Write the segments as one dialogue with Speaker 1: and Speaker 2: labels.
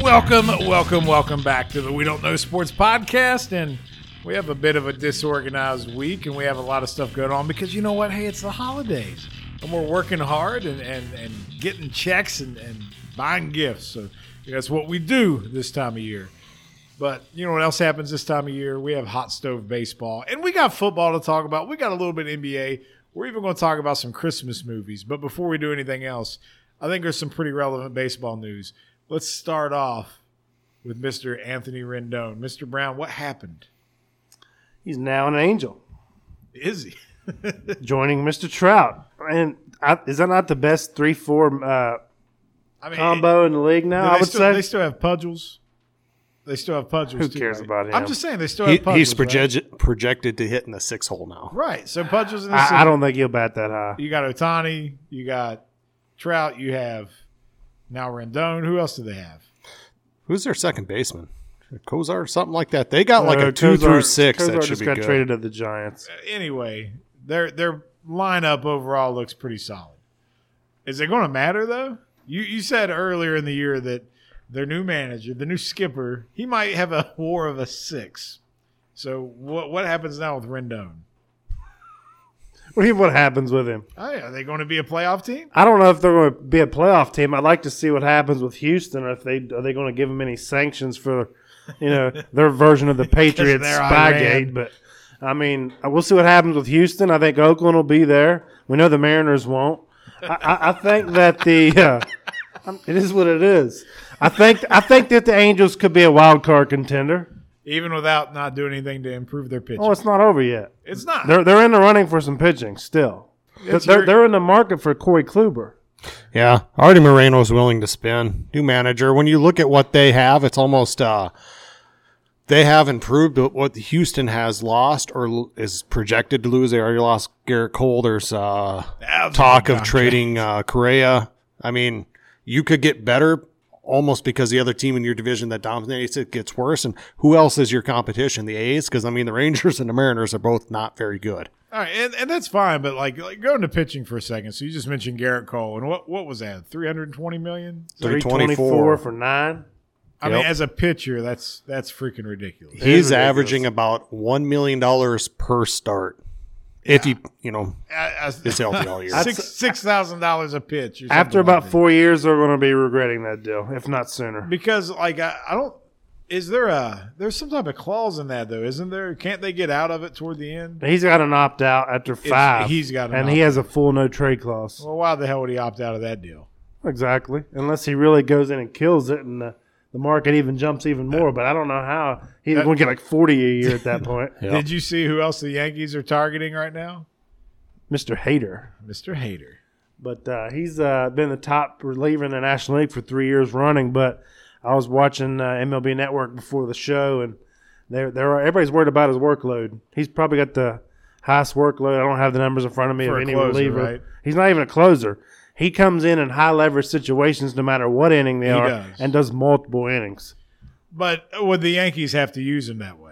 Speaker 1: Welcome, welcome, welcome back to the We Don't Know Sports podcast. And we have a bit of a disorganized week and we have a lot of stuff going on because you know what? Hey, it's the holidays and we're working hard and, and, and getting checks and, and buying gifts. So that's what we do this time of year. But you know what else happens this time of year? We have hot stove baseball and we got football to talk about. We got a little bit of NBA. We're even going to talk about some Christmas movies. But before we do anything else, I think there's some pretty relevant baseball news. Let's start off with Mr. Anthony Rendon. Mr. Brown, what happened?
Speaker 2: He's now an angel,
Speaker 1: Is he?
Speaker 2: joining Mr. Trout. And I, is that not the best three four uh,
Speaker 1: I mean,
Speaker 2: combo in the league
Speaker 1: do
Speaker 2: now?
Speaker 1: They
Speaker 2: I would
Speaker 1: still,
Speaker 2: say.
Speaker 1: They still have Pudgels. They still have Pudgels.
Speaker 2: Who
Speaker 1: too,
Speaker 2: cares
Speaker 1: right?
Speaker 2: about
Speaker 1: I'm
Speaker 2: him?
Speaker 1: just saying they still
Speaker 3: He,
Speaker 1: have Pudgels.
Speaker 3: he's
Speaker 1: right?
Speaker 3: projected projected to hit in the six hole now.
Speaker 1: Right, So Pudgels in the
Speaker 2: I, I
Speaker 1: city.
Speaker 2: don't think he'll bat that high.
Speaker 1: You got Otani. You got Trout. You have now Rendon. Who else do they have?
Speaker 3: Who's their second baseman? Kozar or something like that. They got like
Speaker 2: Uh,
Speaker 3: a two
Speaker 2: Kozar-
Speaker 3: through six.
Speaker 2: Kozar
Speaker 3: that should
Speaker 2: just
Speaker 3: be
Speaker 2: got
Speaker 3: good.
Speaker 2: traded to the Giants.
Speaker 1: Anyway, their their lineup overall looks pretty solid. Is it going to matter though? You you said earlier in the year that their new manager, the new skipper, he might have a WAR of a six. So what what happens now with Rendon?
Speaker 2: What, do you- what happens with him?
Speaker 1: Oh, yeah, Are they going to be a playoff team?
Speaker 2: I don't know if they're going to be a playoff team. I'd like to see what happens with Houston. If they are they going to give them any sanctions for, you know, their version of the Patriots
Speaker 1: they're Iran.
Speaker 2: Spygate? But I mean, we'll see what happens with Houston. I think Oakland will be there. We know the Mariners won't. I, I, I think that the uh, I'm- it is what it is. I think I think that the Angels could be a wild card contender.
Speaker 1: Even without not doing anything to improve their pitching,
Speaker 2: Oh, it's not over yet.
Speaker 1: it's not.
Speaker 2: They're they're in the running for some pitching still. They're,
Speaker 1: It's your-
Speaker 2: they're, they're in the market for Corey Kluber.
Speaker 3: Yeah, Artie Moreno's willing to spin. New manager. When you look at what they have, it's almost uh, they have improved but what Houston has lost or l- is projected to lose. They already lost Garrett Cole. There's uh,
Speaker 1: Thousands
Speaker 3: talk of
Speaker 1: contracts.
Speaker 3: trading uh, Correa. I mean, you could get better almost because the other team in your division that dominates it gets worse. And who else is your competition? The A's? Because I mean, the Rangers and the Mariners are both not very good.
Speaker 1: All right, and, and that's fine, but like, like going to pitching for a second. So you just mentioned Garrett Cole, and what what was that? Three hundred twenty million.
Speaker 2: 324
Speaker 3: 324.
Speaker 2: for nine.
Speaker 1: I
Speaker 3: Yep.
Speaker 1: mean, as a pitcher, that's that's freaking ridiculous.
Speaker 2: is ridiculous.
Speaker 3: He's averaging about one million dollars per start. If he, you know,
Speaker 1: I, I,
Speaker 3: is healthy all year.
Speaker 1: six six thousand dollars a pitch. Or something
Speaker 2: After
Speaker 1: like
Speaker 2: about
Speaker 1: that.
Speaker 2: four years, they're going to be regretting that deal, if not sooner.
Speaker 1: because like I, I don't. Is there a there's some type of clause in that though? Isn't there? Can't they get out of it toward the end?
Speaker 2: He's got an opt out after five.
Speaker 1: he's got an
Speaker 2: and he
Speaker 1: opt-out.
Speaker 2: has a full no trade clause.
Speaker 1: Well, why the hell would he opt out of that deal?
Speaker 2: Exactly, unless he really goes in and kills it, and the, the market even jumps even more. But I don't know how he's
Speaker 1: that-
Speaker 2: going to get like forty a year at that point.
Speaker 3: Yeah.
Speaker 1: Did you see who else the Yankees are targeting right now?
Speaker 2: Mister Hater,
Speaker 1: Mr. Hader.
Speaker 2: but uh, he's uh, been the top reliever in the National League for three years running. But I was watching uh, MLB Network before the show, and there, there, everybody's worried about his workload. He's probably got the highest workload. I don't have the numbers in front of me
Speaker 1: For
Speaker 2: of
Speaker 1: a
Speaker 2: any
Speaker 1: closer,
Speaker 2: reliever.
Speaker 1: right?
Speaker 2: He's not even a closer. He comes in in high leverage situations, no matter what inning they are,
Speaker 1: does.
Speaker 2: and does multiple innings.
Speaker 1: But would the Yankees have to use him that way?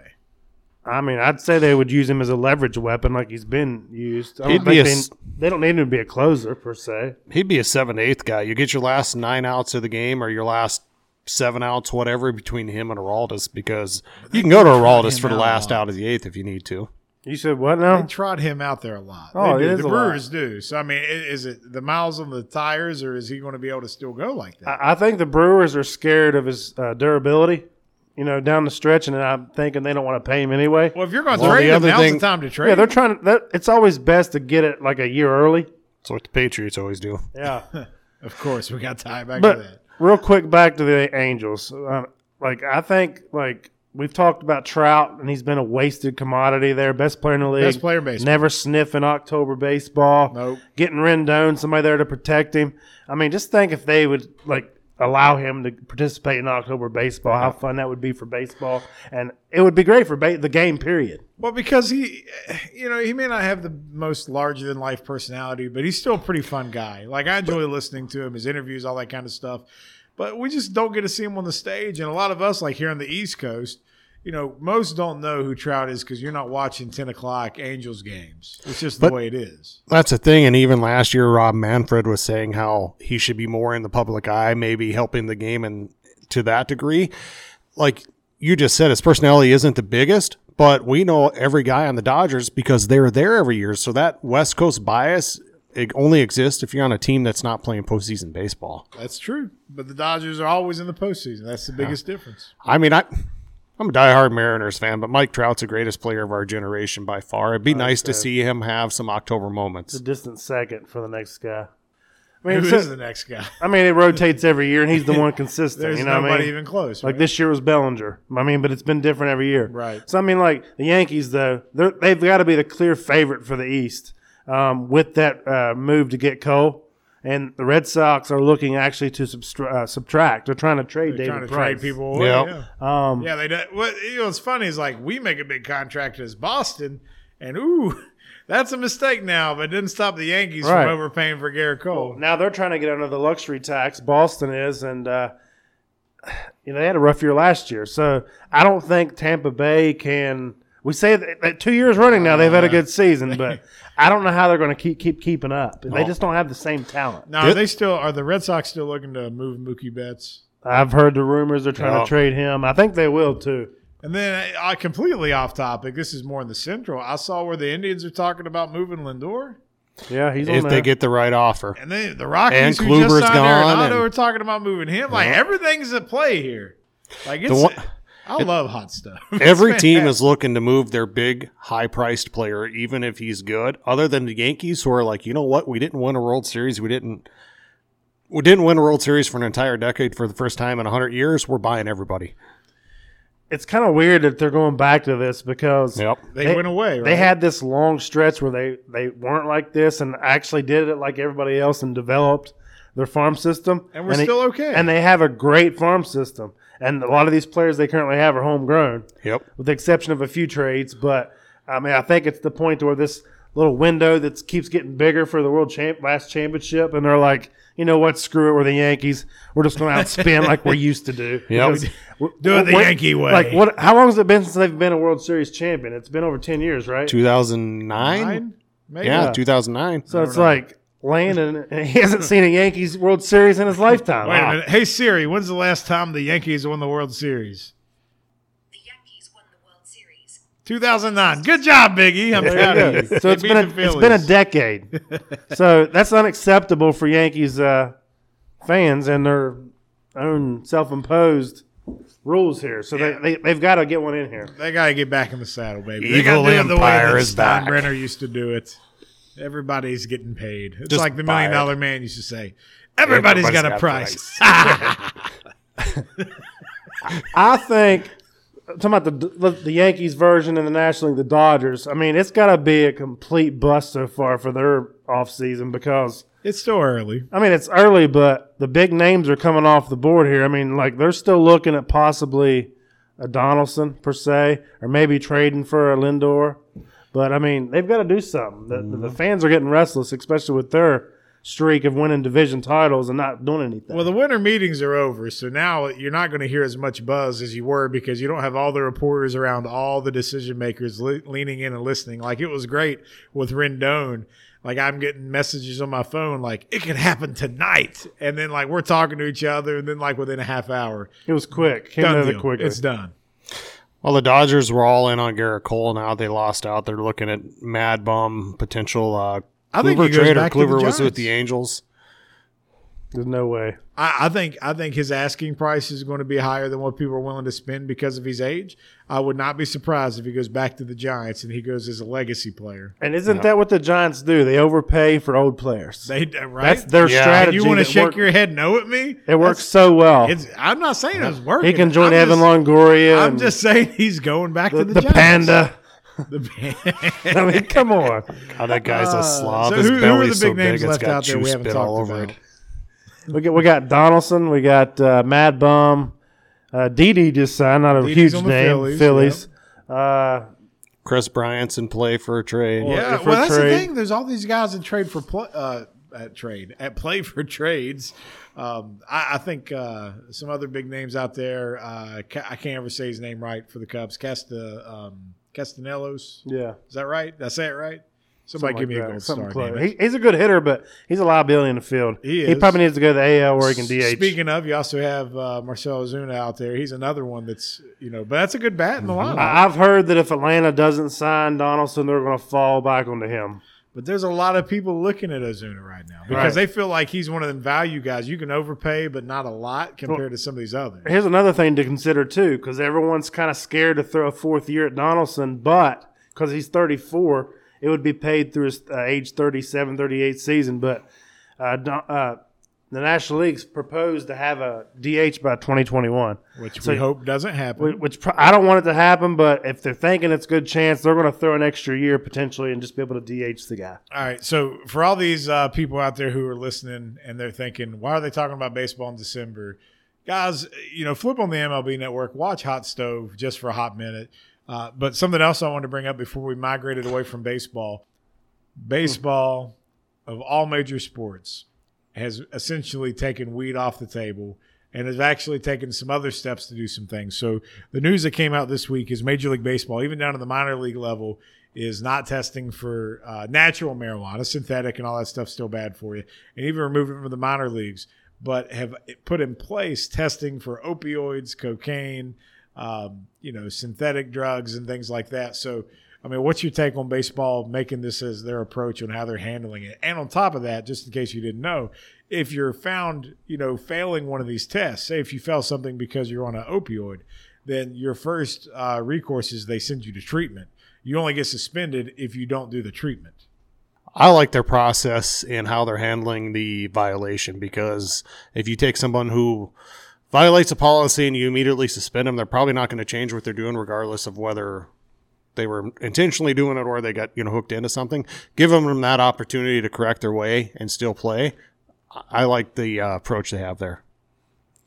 Speaker 2: I mean, I'd say they would use him as a leverage weapon, like he's been used. I
Speaker 3: He'd
Speaker 2: don't
Speaker 3: be
Speaker 2: think
Speaker 3: a
Speaker 2: they,
Speaker 3: s-
Speaker 2: they don't need him to be a closer per se.
Speaker 3: He'd be a seven eighth guy. You get your last nine outs of the game or your last seven outs, whatever, between him and Araldis because you can go to Araldis for the
Speaker 1: him out
Speaker 3: last
Speaker 1: a lot.
Speaker 3: out of the eighth if you need to.
Speaker 2: You said what now?
Speaker 1: They trot him out there a lot.
Speaker 2: Oh,
Speaker 1: They
Speaker 2: it
Speaker 1: do.
Speaker 2: is
Speaker 1: the
Speaker 2: a lot.
Speaker 1: Brewers do. So I mean, i- is it the miles on the tires, or is he going to be able to still go like that?
Speaker 2: I I think the Brewers are scared of his uh, durability, you know, down the stretch, and I'm thinking they don't want to pay him anyway.
Speaker 1: well, if you're going to
Speaker 3: Well,
Speaker 1: trade
Speaker 3: the
Speaker 1: him,
Speaker 3: other
Speaker 1: now's the
Speaker 3: thing-
Speaker 1: time to trade.
Speaker 2: Yeah, they're
Speaker 1: him.
Speaker 2: trying to. That, it's always best to get it like a year early.
Speaker 3: That's what the Patriots always do.
Speaker 2: Yeah,
Speaker 1: of course, we got to tie back to
Speaker 2: but
Speaker 1: that.
Speaker 2: real quick back to the Angels. Um, like I think, like we've talked about Trout, and he's been a wasted commodity there. Best player in the league,
Speaker 1: Best player in baseball.
Speaker 2: Never sniffing October baseball.
Speaker 1: Nope.
Speaker 2: Getting Rendon, somebody there to protect him. I mean, just think if they would like allow him to participate in October baseball, how fun that would be for baseball, and it would be great for ba- the game. Period.
Speaker 1: Well, because he, you know, he may not have the most larger than life personality, but he's still a pretty fun guy. Like I enjoy listening to him, his interviews, all that kind of stuff. But we just don't get to see him on the stage, and a lot of us, like here on the East Coast. You know, most don't know who Trout is because you're not watching 10 o'clock Angels games. It's just the
Speaker 3: But-
Speaker 1: way it is.
Speaker 3: That's the thing. And even last year, Rob Manfred was saying how he should be more in the public eye, maybe helping the game and to that degree. Like you just said, his personality isn't the biggest, but we know every guy on the Dodgers because they're there every year. So that West Coast bias it only exists if you're on a team that's not playing postseason baseball.
Speaker 1: That's true. But the Dodgers are always in the postseason. That's the biggest difference.
Speaker 3: I mean, I. I'm a diehard Mariners fan, but Mike Trout's the greatest player of our generation by far. It'd be nice to see him have some October moments.
Speaker 2: It's a distant second for the next guy. I
Speaker 1: Who
Speaker 2: mean,
Speaker 1: is
Speaker 2: it's-
Speaker 1: the next guy?
Speaker 2: I mean, it rotates every year, and he's the one consistent.
Speaker 1: There's
Speaker 2: you know
Speaker 1: nobody
Speaker 2: what I mean?
Speaker 1: even close.
Speaker 2: Like
Speaker 1: right?
Speaker 2: this year was Bellinger. I mean, but it's been different every year.
Speaker 1: Right.
Speaker 2: So I mean, like the Yankees, though, they're, they've got to be the clear favorite for the East um, with that uh, move to get Cole. And the Red Sox are looking actually to substra- uh, subtract. They're trying to trade
Speaker 1: They're
Speaker 2: David
Speaker 1: trying to trade
Speaker 2: Price.
Speaker 1: people away.
Speaker 3: Yep.
Speaker 1: Yeah.
Speaker 2: Um,
Speaker 1: Yeah, they do. What you know, what's funny is like we make a big contract as Boston, and ooh, that's a mistake now, but it didn't stop the Yankees
Speaker 2: Right.
Speaker 1: from overpaying for Garrett Cole.
Speaker 2: Now they're trying to get under the luxury tax. Boston is, and uh, you know they had a rough year last year. So I don't think Tampa Bay can. We say that, that two years running now they've had a good season, but I don't know how they're going to keep keep keeping up. They just don't have the same talent.
Speaker 1: Now, are they still are the Red Sox still looking to move Mookie Betts?
Speaker 2: I've heard the rumors they're trying
Speaker 3: Yeah.
Speaker 2: to trade him. I think they will too.
Speaker 1: And then I, I completely off topic. This is more in the central. I saw where the Indians are talking about moving Lindor,
Speaker 2: Yeah, he's
Speaker 3: If
Speaker 2: on
Speaker 3: they
Speaker 2: there.
Speaker 3: get the right offer.
Speaker 1: and then the Rockies
Speaker 3: And
Speaker 1: who just
Speaker 3: Kluber's
Speaker 1: signed
Speaker 3: gone,
Speaker 1: Arenado
Speaker 3: and-
Speaker 1: are talking about moving him. Like everything's at play here. Like it's.
Speaker 3: one-
Speaker 1: I love hot stuff.
Speaker 3: Every team is looking to move their big, high priced player, even if he's good, other than the Yankees, who are like, you know what? We didn't win a World Series. We didn't. We didn't win a World Series for an entire decade for the first time in 100 years. We're buying everybody.
Speaker 2: it's kind of weird that they're going back to this because
Speaker 1: They, went away. Right?
Speaker 2: They had this long stretch where they, they weren't like this and actually did it like everybody else and developed their farm system.
Speaker 1: And we're still okay.
Speaker 2: And they have a great farm system. And a lot of these players they currently have are homegrown,
Speaker 3: Yep.
Speaker 2: with the exception of a few trades. But I mean, I think it's the point where this little window that keeps getting bigger for the world champ last championship, and they're like, you know what, screw it, we're the Yankees. We're just going to outspin like we're used to do.
Speaker 3: Yep.
Speaker 2: Because w-
Speaker 1: Do it the
Speaker 2: what-
Speaker 1: Yankee way.
Speaker 2: Like what? How long has it been since they've been a World Series champion? It's been over ten years, right?
Speaker 3: 2009.
Speaker 1: Nine? Maybe.
Speaker 3: Yeah, 2009.
Speaker 2: So it's like Landon, and he hasn't seen a Yankees World Series in his lifetime.
Speaker 1: Wait a
Speaker 2: Wow.
Speaker 1: minute. Hey Siri, when's the last time the Yankees won the World Series?
Speaker 4: The Yankees won the World Series.
Speaker 1: 2009. Good job, Biggie. I'm proud
Speaker 2: There you
Speaker 1: of
Speaker 2: go.
Speaker 1: you.
Speaker 2: So
Speaker 1: They
Speaker 2: it's
Speaker 1: beat
Speaker 2: been, a,
Speaker 1: the
Speaker 2: it's been a
Speaker 1: Phillies.
Speaker 2: decade. so that's unacceptable for Yankees uh, fans and their own self-imposed rules here. So they, they they've got to get one in here.
Speaker 1: They gotta get back in the saddle, baby. they
Speaker 3: Evil
Speaker 1: gotta do it the way
Speaker 3: Empire
Speaker 1: that
Speaker 3: is back.
Speaker 1: Steinbrenner used to do it. Everybody's getting paid. It's
Speaker 3: Just
Speaker 1: like the
Speaker 3: buy
Speaker 1: million
Speaker 3: it.
Speaker 1: dollar man used to say. Everybody's got, a price.
Speaker 2: I think talking about the the Yankees version and the National League, the Dodgers. I mean, it's got to be a complete bust so far for their offseason because
Speaker 1: It's still early.
Speaker 2: I mean, it's early, but the big names are coming off the board here. I mean, like they're still looking at possibly a Donaldson per se, or maybe trading for a Lindor. But I mean, they've got to do something. The, the
Speaker 1: Mm-hmm.
Speaker 2: fans are getting restless, especially with their streak of winning division titles and not doing anything.
Speaker 1: Well, the winter meetings are over, so now you're not going to hear as much buzz as you were because you don't have all the reporters around, all the decision makers le- leaning in and listening. Like it was great with Rendon. Like I'm getting messages on my phone, like it could happen tonight, and then like we're talking to each other, and then like within a half hour,
Speaker 2: it was quick. Came
Speaker 1: done
Speaker 2: over
Speaker 1: deal.
Speaker 2: quickly.
Speaker 1: it's done.
Speaker 3: Well, the Dodgers were all in on Garrett Cole. Now they lost out. They're looking at Mad Bum potential. Uh,
Speaker 1: I think he
Speaker 3: Kluber
Speaker 1: goes
Speaker 3: trade, or
Speaker 1: back to the
Speaker 3: Kluber was with
Speaker 1: Giants.
Speaker 3: the Angels.
Speaker 2: There's no way.
Speaker 1: I, I think I think his asking price is going to be higher than what people are willing to spend because of his age. I would not be surprised if he goes back to the Giants and he goes as a legacy player.
Speaker 2: And isn't that what the Giants do? They overpay for old players.
Speaker 1: They right.
Speaker 2: That's their
Speaker 3: Yeah.
Speaker 1: And
Speaker 2: strategy.
Speaker 1: you want to
Speaker 2: that
Speaker 1: shake
Speaker 2: work-
Speaker 1: your head no at me?
Speaker 2: It works so well.
Speaker 1: It's, I'm not saying it's working.
Speaker 2: He can join
Speaker 1: I'm
Speaker 2: Evan
Speaker 1: just,
Speaker 2: Longoria.
Speaker 1: I'm
Speaker 2: and
Speaker 1: just saying he's going back
Speaker 2: the,
Speaker 1: to the,
Speaker 2: the
Speaker 1: Giants.
Speaker 2: panda.
Speaker 1: The
Speaker 2: I
Speaker 1: panda.
Speaker 2: mean, come on.
Speaker 3: God, that guy's a slob.
Speaker 1: Uh, so
Speaker 3: His
Speaker 1: who- who are
Speaker 3: belly's
Speaker 1: the
Speaker 3: so
Speaker 1: big names
Speaker 3: big it's
Speaker 1: left
Speaker 3: got
Speaker 1: out there we
Speaker 3: juice
Speaker 1: haven't
Speaker 3: spit all
Speaker 1: talked
Speaker 3: over
Speaker 1: about?
Speaker 3: it.
Speaker 2: We got, we got Donaldson. We got uh, Mad Bum. Uh, Didi just signed. Not a
Speaker 1: Didi's
Speaker 2: huge
Speaker 1: on the
Speaker 2: name.
Speaker 1: Phillies,
Speaker 2: Phillies. Uh,
Speaker 3: Chris Bryant's in play for a trade.
Speaker 1: yeah,
Speaker 2: if we're
Speaker 1: well, that's the
Speaker 2: trade-
Speaker 1: thing. There's all these guys in trade for play, uh, at trade at play for trades. Um, I, I think uh, some other big names out there. Uh, Ca- I can't ever say his name right for the Cubs. Casta um, Castanelos.
Speaker 2: yeah.
Speaker 1: Is that right? Did I say it right? Somebody
Speaker 2: Something
Speaker 1: give me a
Speaker 2: like that.
Speaker 1: gold
Speaker 2: Something
Speaker 1: star.
Speaker 2: close.
Speaker 1: damn it.
Speaker 2: He, he's a good hitter, but he's a liability in the field.
Speaker 1: He is.
Speaker 2: probably needs to go to the AL or he can DH.
Speaker 1: Speaking of, you also have uh, Marcelo Zuna out there. He's another one that's you know, but that's a good bat in the lineup.
Speaker 2: I, I've heard that if Atlanta doesn't sign Donaldson, they're going to fall back onto him.
Speaker 1: But there's a lot of people looking at Ozuna right now because they feel like he's one of them value guys. You can overpay, but not a lot compared to some of these others.
Speaker 2: Here's another thing to consider too, because everyone's kind of scared to throw a fourth year at Donaldson, but because he's 34, it would be paid through his uh, age 37, 38 season. But uh, Don, uh, the National League's proposed to have a DH by 2021.
Speaker 1: which
Speaker 2: So-
Speaker 1: we hope doesn't happen.
Speaker 2: Wh- Which pro- I don't want it to happen, but if they're thinking it's a good chance, they're going to throw an extra year potentially and just be able to DH the guy.
Speaker 1: all right, so for all these uh, people out there who are listening and they're thinking, why are they talking about baseball in December? Guys, you know, flip on the MLB network, watch Hot Stove just for a hot minute. Uh, but something else I wanted to bring up before we migrated away from baseball baseball of all major sports has essentially taken weed off the table and has actually taken some other steps to do some things. So the news that came out this week is Major League Baseball, even down to the minor league level, is not testing for uh, natural marijuana, synthetic, and all that stuff's still bad for you, and even remove it from the minor leagues. But have put in place testing for opioids, cocaine, um, you know, synthetic drugs, and things like that. So I mean, what's your take on baseball making this as their approach on how they're handling it? And on top of that, just in case you didn't know, if you're found, you know, failing one of these tests, say if you fail something because you're on an opioid, then your first uh, recourse is they send you to treatment. You only get suspended if you don't do the treatment.
Speaker 3: I like their process and how they're handling the violation because if you take someone who violates a policy and you immediately suspend them, they're probably not going to change what they're doing, regardless of whether they were intentionally doing it or they got you know hooked into something. Give them that opportunity to correct their way and still play. I- I like the uh, approach they have there.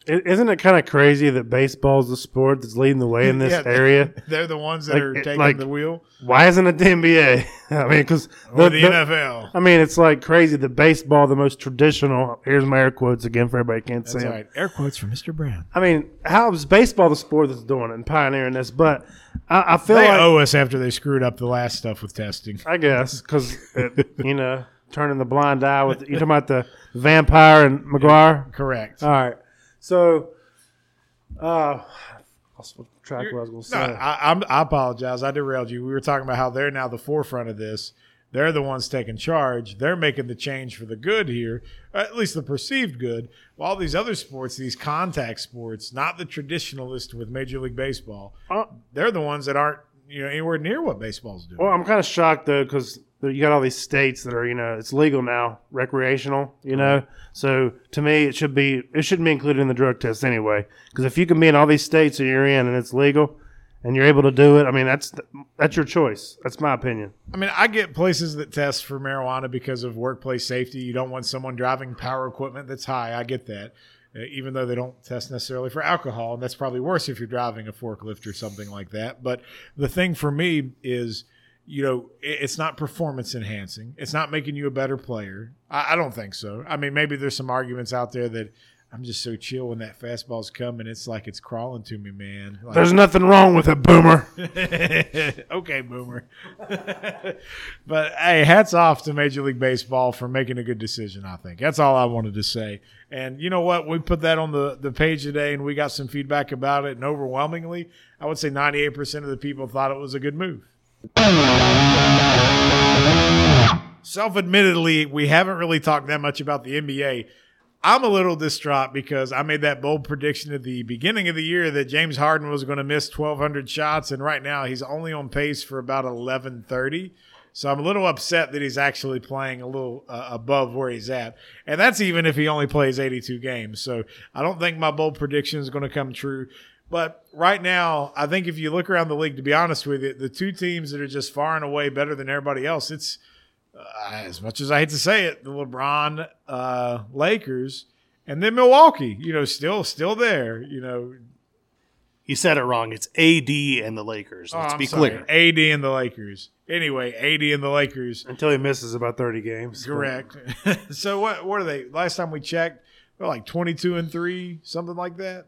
Speaker 2: I- Isn't it kind of crazy that baseball's the sport that's leading the way in this
Speaker 1: Yeah.
Speaker 2: area?
Speaker 1: They're the ones that
Speaker 2: Like-
Speaker 1: are
Speaker 2: it-
Speaker 1: taking
Speaker 2: like-
Speaker 1: the wheel
Speaker 2: Why isn't it the NBA? I mean, because
Speaker 1: or the, NFL.
Speaker 2: I mean, it's like crazy that baseball, the most traditional. Here's my air quotes again for everybody who can't see
Speaker 1: That's
Speaker 2: them.
Speaker 1: right. Air quotes from Mr. Brown.
Speaker 2: I mean, how is baseball the sport that's doing it and pioneering this? But I, I feel
Speaker 1: They
Speaker 2: like
Speaker 1: owe us after they screwed up the last stuff with testing.
Speaker 2: I guess because you know turning the blind eye with you talking about the vampire and McGuire.
Speaker 1: Correct.
Speaker 2: All right, so uh, I lost track of what I was going to
Speaker 1: No,
Speaker 2: say.
Speaker 1: I, I'm, I apologize. I derailed you. We were talking about how they're now the forefront of this. They're the ones taking charge. They're making the change for the good here, or at least the perceived good. While these other sports, these contact sports, not the traditionalist with Major League Baseball,
Speaker 2: Uh,
Speaker 1: they're the ones that aren't you know anywhere near what baseball's doing.
Speaker 2: Well, I'm kind of shocked though because you got all these states that are you know it's legal now, recreational. You know, so to me it should be it shouldn't be included in the drug test anyway. Because if you can be in all these states that you're in and it's legal and you're able to do it, I mean that's that's your choice. That's my opinion.
Speaker 1: I mean, I get places that test for marijuana because of workplace safety. You don't want someone driving power equipment that's high. I get that. Uh, Even though they don't test necessarily for alcohol, and that's probably worse if you're driving a forklift or something like that. But the thing for me is, you know, i- it's not performance enhancing. It's not making you a better player. I, I don't think so. I mean, maybe there's some arguments out there that I'm just so chill when that fastball's coming. It's like it's crawling to me, man. Like,
Speaker 2: There's nothing wrong with it, Boomer.
Speaker 1: okay, boomer. but hey, hats off to Major League Baseball for making a good decision, I think. That's all I wanted to say. And you know what? We put that on the, the page today and we got some feedback about it. And overwhelmingly, I would say 98% of the people thought it was a good move. Self admittedly, we haven't really talked that much about the NBA. I'm a little distraught because I made that bold prediction at the beginning of the year that James Harden was going to miss 1,200 shots, and right now he's only on pace for about 1,130. So I'm a little upset that he's actually playing a little uh, above where he's at, and that's even if he only plays 82 games. So I don't think my bold prediction is going to come true. But right now, I think if you look around the league, to be honest with you, the two teams that are just far and away better than everybody else, it's as much as I hate to say it, the LeBron uh, Lakers and then Milwaukee, you know, still still there, you know.
Speaker 3: You said it wrong. It's AD and the Lakers.
Speaker 1: Oh,
Speaker 3: Let's
Speaker 1: I'm
Speaker 3: be
Speaker 1: sorry,
Speaker 3: clear.
Speaker 1: AD and the Lakers. Anyway, AD and the Lakers.
Speaker 2: Until he misses about 30 games.
Speaker 1: Correct. so what what are they? Last time we checked, they're like 22 and 3, something like that.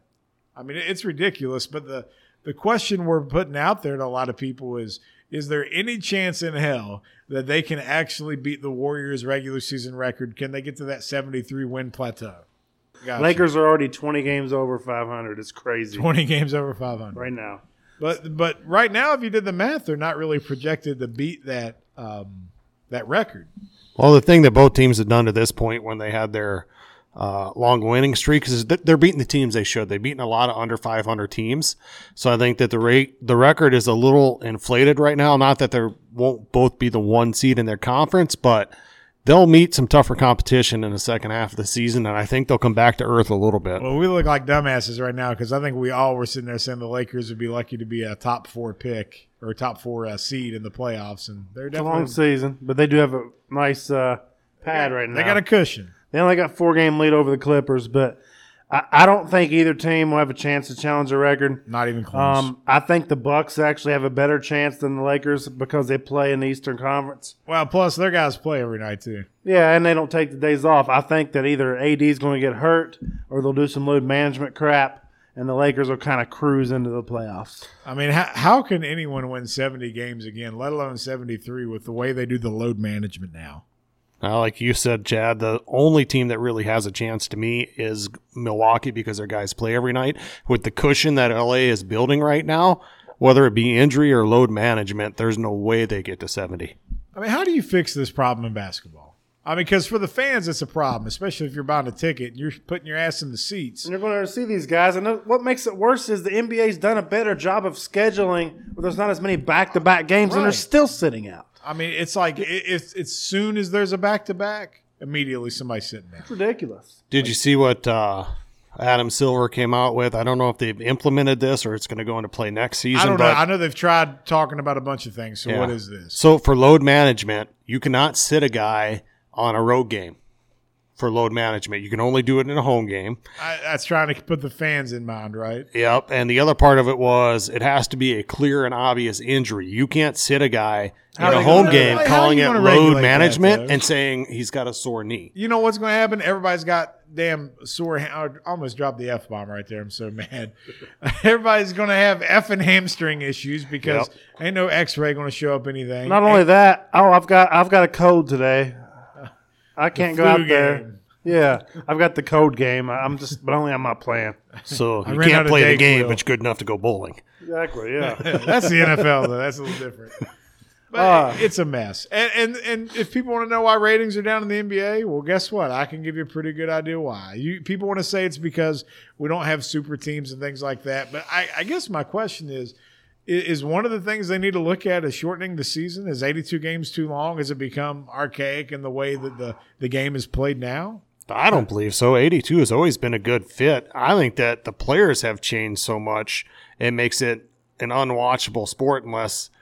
Speaker 1: I mean, it's ridiculous. But the the question we're putting out there to a lot of people is: Is there any chance in hell that they can actually beat the Warriors' regular season record? Can they get to that seventy three win plateau? Gotcha.
Speaker 2: Lakers are already 20 games over 500. It's crazy
Speaker 1: twenty games over five hundred.
Speaker 2: right now.
Speaker 1: But but right now, if you did the math, they're not really projected to beat that um, that record.
Speaker 3: Well, the thing that both teams have done to this point when they had their uh, long winning streaks is that they're beating the teams they should. They've beaten a lot of under 500 teams. So I think that the rate, the record is a little inflated right now. Not that they won't both be the one seed in their conference, but they'll meet some tougher competition in the second half of the season. And I think they'll come back to earth a little bit.
Speaker 1: Well, we look like dumbasses right now because I think we all were sitting there saying the Lakers would be lucky to be a top four pick or top four uh, seed in the playoffs, and they're
Speaker 2: It's a long
Speaker 1: definitely
Speaker 2: season, but they do have a nice uh, pad right now.
Speaker 1: they got a cushion.
Speaker 2: They only got four game lead over the Clippers, but I, I don't think either team will have a chance to challenge a record.
Speaker 1: Not even close.
Speaker 2: Um, I think the Bucks actually have a better chance than the Lakers because they play in the Eastern Conference.
Speaker 1: well, plus their guys play every night too.
Speaker 2: Yeah, and they don't take the days off. I think that either AD is going to get hurt or they'll do some load management crap, and the Lakers will kind of cruise into the playoffs.
Speaker 1: I mean, how, how can anyone win seventy games again, let alone seventy three, with the way they do the load management now?
Speaker 3: Now, Uh, like you said, Chad, the only team that really has a chance to me is Milwaukee because their guys play every night. With the cushion that LA is building right now, whether it be injury or load management, there's no way they get to 70.
Speaker 1: I mean, how do you fix this problem in basketball? I mean, because for the fans, it's a problem, especially if you're buying a ticket and you're putting your ass in the seats.
Speaker 2: And you're going to see these guys. And what makes it worse is the NBA's done a better job of scheduling where there's not as many back to back games, and they're
Speaker 1: Right.
Speaker 2: still sitting out.
Speaker 1: I mean, it's like i- it's it's soon as there's a back to back, immediately somebody's sitting down.
Speaker 2: Ridiculous.
Speaker 3: Did you see what uh, Adam Silver came out with? I don't know if they've implemented this or it's going to go into play next season.
Speaker 1: I don't know.
Speaker 3: but
Speaker 1: I know they've tried talking about a bunch of things. So
Speaker 3: Yeah.
Speaker 1: what is this?
Speaker 3: So for load management, you cannot sit a guy on a road game for load management. You can only do it in a home game.
Speaker 1: I, that's trying to put the fans in mind, right?
Speaker 3: Yep. And the other part of it was it has to be a clear and obvious injury. You can't sit a guy
Speaker 1: How
Speaker 3: in
Speaker 1: are they
Speaker 3: a home
Speaker 1: gonna-
Speaker 3: game
Speaker 1: how are you
Speaker 3: calling it
Speaker 1: gonna
Speaker 3: load
Speaker 1: regulate
Speaker 3: management
Speaker 1: that, though?
Speaker 3: and saying he's got a sore knee.
Speaker 1: You know what's going to happen? Everybody's got damn sore. Ha- I almost dropped the f bomb right there. I'm so mad. Everybody's going to have effing hamstring issues because ain't no X-ray going to show up anything.
Speaker 2: Not only that, oh, I've got I've got a cold today. I can't go
Speaker 1: flu
Speaker 2: out there.
Speaker 1: game.
Speaker 2: Yeah, I've got the cold game. I- I'm just, but only I'm not playing.
Speaker 3: So you
Speaker 1: ran out
Speaker 3: can't
Speaker 1: of
Speaker 3: play the
Speaker 1: Dayquil.
Speaker 3: game, but you're good enough to go bowling.
Speaker 2: Exactly. Yeah.
Speaker 1: And- that's the NFL though. That's a little different. But
Speaker 2: Ah.
Speaker 1: it's a mess. And, and and if people want to know why ratings are down in the NBA, well, guess what? I can give you a pretty good idea why. You people want to say it's because we don't have super teams and things like that. But I, I guess my question is. i- Is one of the things they need to look at is shortening the season? Is 82 games too long? Has it become archaic in the way that the, the game is played now?
Speaker 3: I don't believe so. 82 has always been a good fit. I think that the players have changed so much, it makes it an unwatchable sport unless.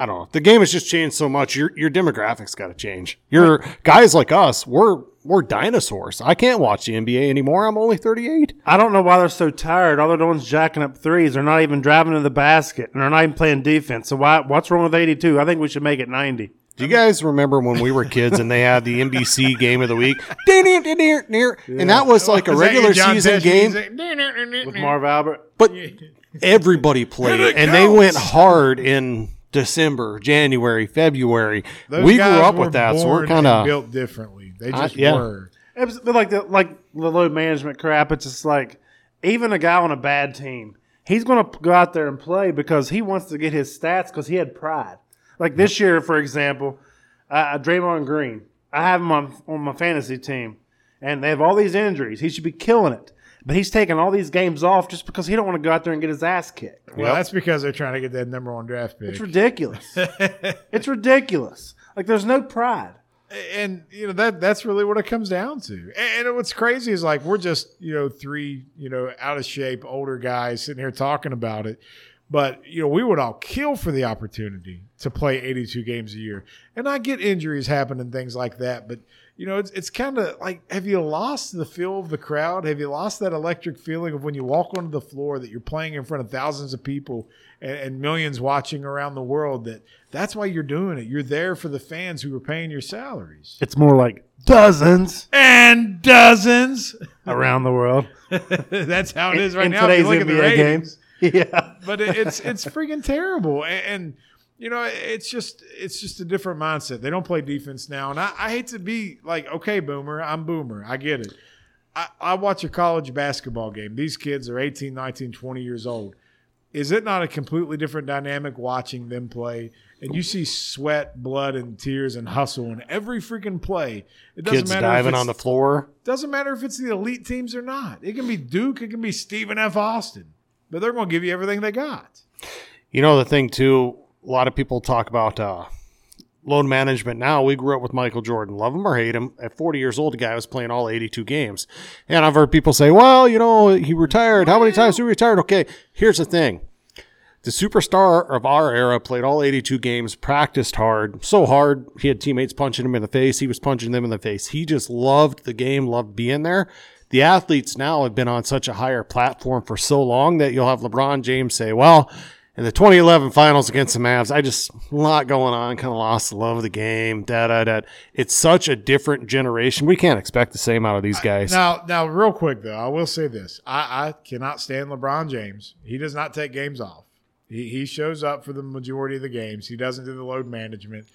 Speaker 3: I don't know. The game has just changed so much. Your your demographics got to change. Your guys like us, we're we're dinosaurs. I can't watch the NBA anymore. I'm only 38.
Speaker 2: I don't know why they're so tired. All they're doing is jacking up threes. They're not even driving to the basket, and they're not even playing defense. So why? What's wrong with 82? I think we should make it 90.
Speaker 3: Do you guys remember when we were kids and they had the NBC game of the week? And that was like a
Speaker 1: Is that your
Speaker 3: regular
Speaker 1: John
Speaker 3: season
Speaker 1: Tesh
Speaker 3: game.
Speaker 1: music?
Speaker 2: With Marv Albert,
Speaker 3: But everybody played,
Speaker 1: it
Speaker 3: and they
Speaker 1: counts.
Speaker 3: went hard in December, January, February.
Speaker 1: Those
Speaker 3: we grew
Speaker 1: guys
Speaker 3: up
Speaker 1: were
Speaker 3: with that, so we're
Speaker 1: born and
Speaker 3: kind of
Speaker 1: built differently. They
Speaker 3: I-
Speaker 1: just
Speaker 3: yeah.
Speaker 1: were.
Speaker 2: It was like the like the load management crap. It's just like even a guy on a bad team, he's going to go out there and play because he wants to get his stats because he had pride. Like this year, for example, uh, Draymond Green, I have him on, on my fantasy team, and they have all these injuries. He should be killing it, but he's taking all these games off just because he don't want to go out there and get his ass kicked.
Speaker 1: Well, that's because they're trying to get that number one draft pick.
Speaker 2: It's ridiculous. it's ridiculous. Like there's no pride.
Speaker 1: and you know that that's really what it comes down to. And, and what's crazy is like we're just you know three you know out of shape older guys sitting here talking about it, But you know, we would all kill for the opportunity to play 82 games a year. And I get injuries happen and things like that, but you know, it's it's kind of like have you lost the feel of the crowd? Have you lost that electric feeling of when you walk onto the floor that you're playing in front of thousands of people and, and millions watching around the world? That that's why you're doing it. You're there for the fans who are paying your salaries
Speaker 2: It's more like dozens
Speaker 1: and dozens.
Speaker 2: around the world.
Speaker 1: that's how it
Speaker 2: In-
Speaker 1: is right
Speaker 2: in
Speaker 1: now. If you
Speaker 2: today's
Speaker 1: look at the
Speaker 2: NBA
Speaker 1: ratings.
Speaker 2: games. Yeah.
Speaker 1: but it, it's it's freaking terrible and, and you know it's just it's just a different mindset they don't play defense now and I, I hate to be like okay boomer i'm boomer i get it I, I watch a college basketball game these kids are 18 19 20 years old is it not a completely different dynamic watching them play and you see sweat blood and tears and hustle in every freaking play it doesn't
Speaker 3: Kids
Speaker 1: matter if
Speaker 3: diving
Speaker 1: it's,
Speaker 3: on the floor.
Speaker 1: doesn't matter if it's the elite teams or not it can be duke it can be stephen f austin but they're going to give you everything they got
Speaker 3: You know the thing too. A lot of people talk about uh, load management. Now we grew up with Michael Jordan. Love him or hate him, at 40 years old, the guy was playing all 82 games. And I've heard people say, "Well, you know, he retired. How many times he retired?" Okay, here's the thing. The superstar of our era played all 82 games, practiced hard, so hard he had teammates punching him in the face. He was punching them in the face. He just loved the game, loved being there. The athletes now have been on such a higher platform for so long that you'll have LeBron James say, Well, in the 2011 finals against the Mavs, I just, a lot going on, kind of lost the love of the game, da da da. It's such a different generation. We can't expect the same out of these guys.
Speaker 1: Now, now, real quick though, I will say this: I, I cannot stand LeBron James. He does not take games off. He, he shows up for the majority of the games. He doesn't do the load management.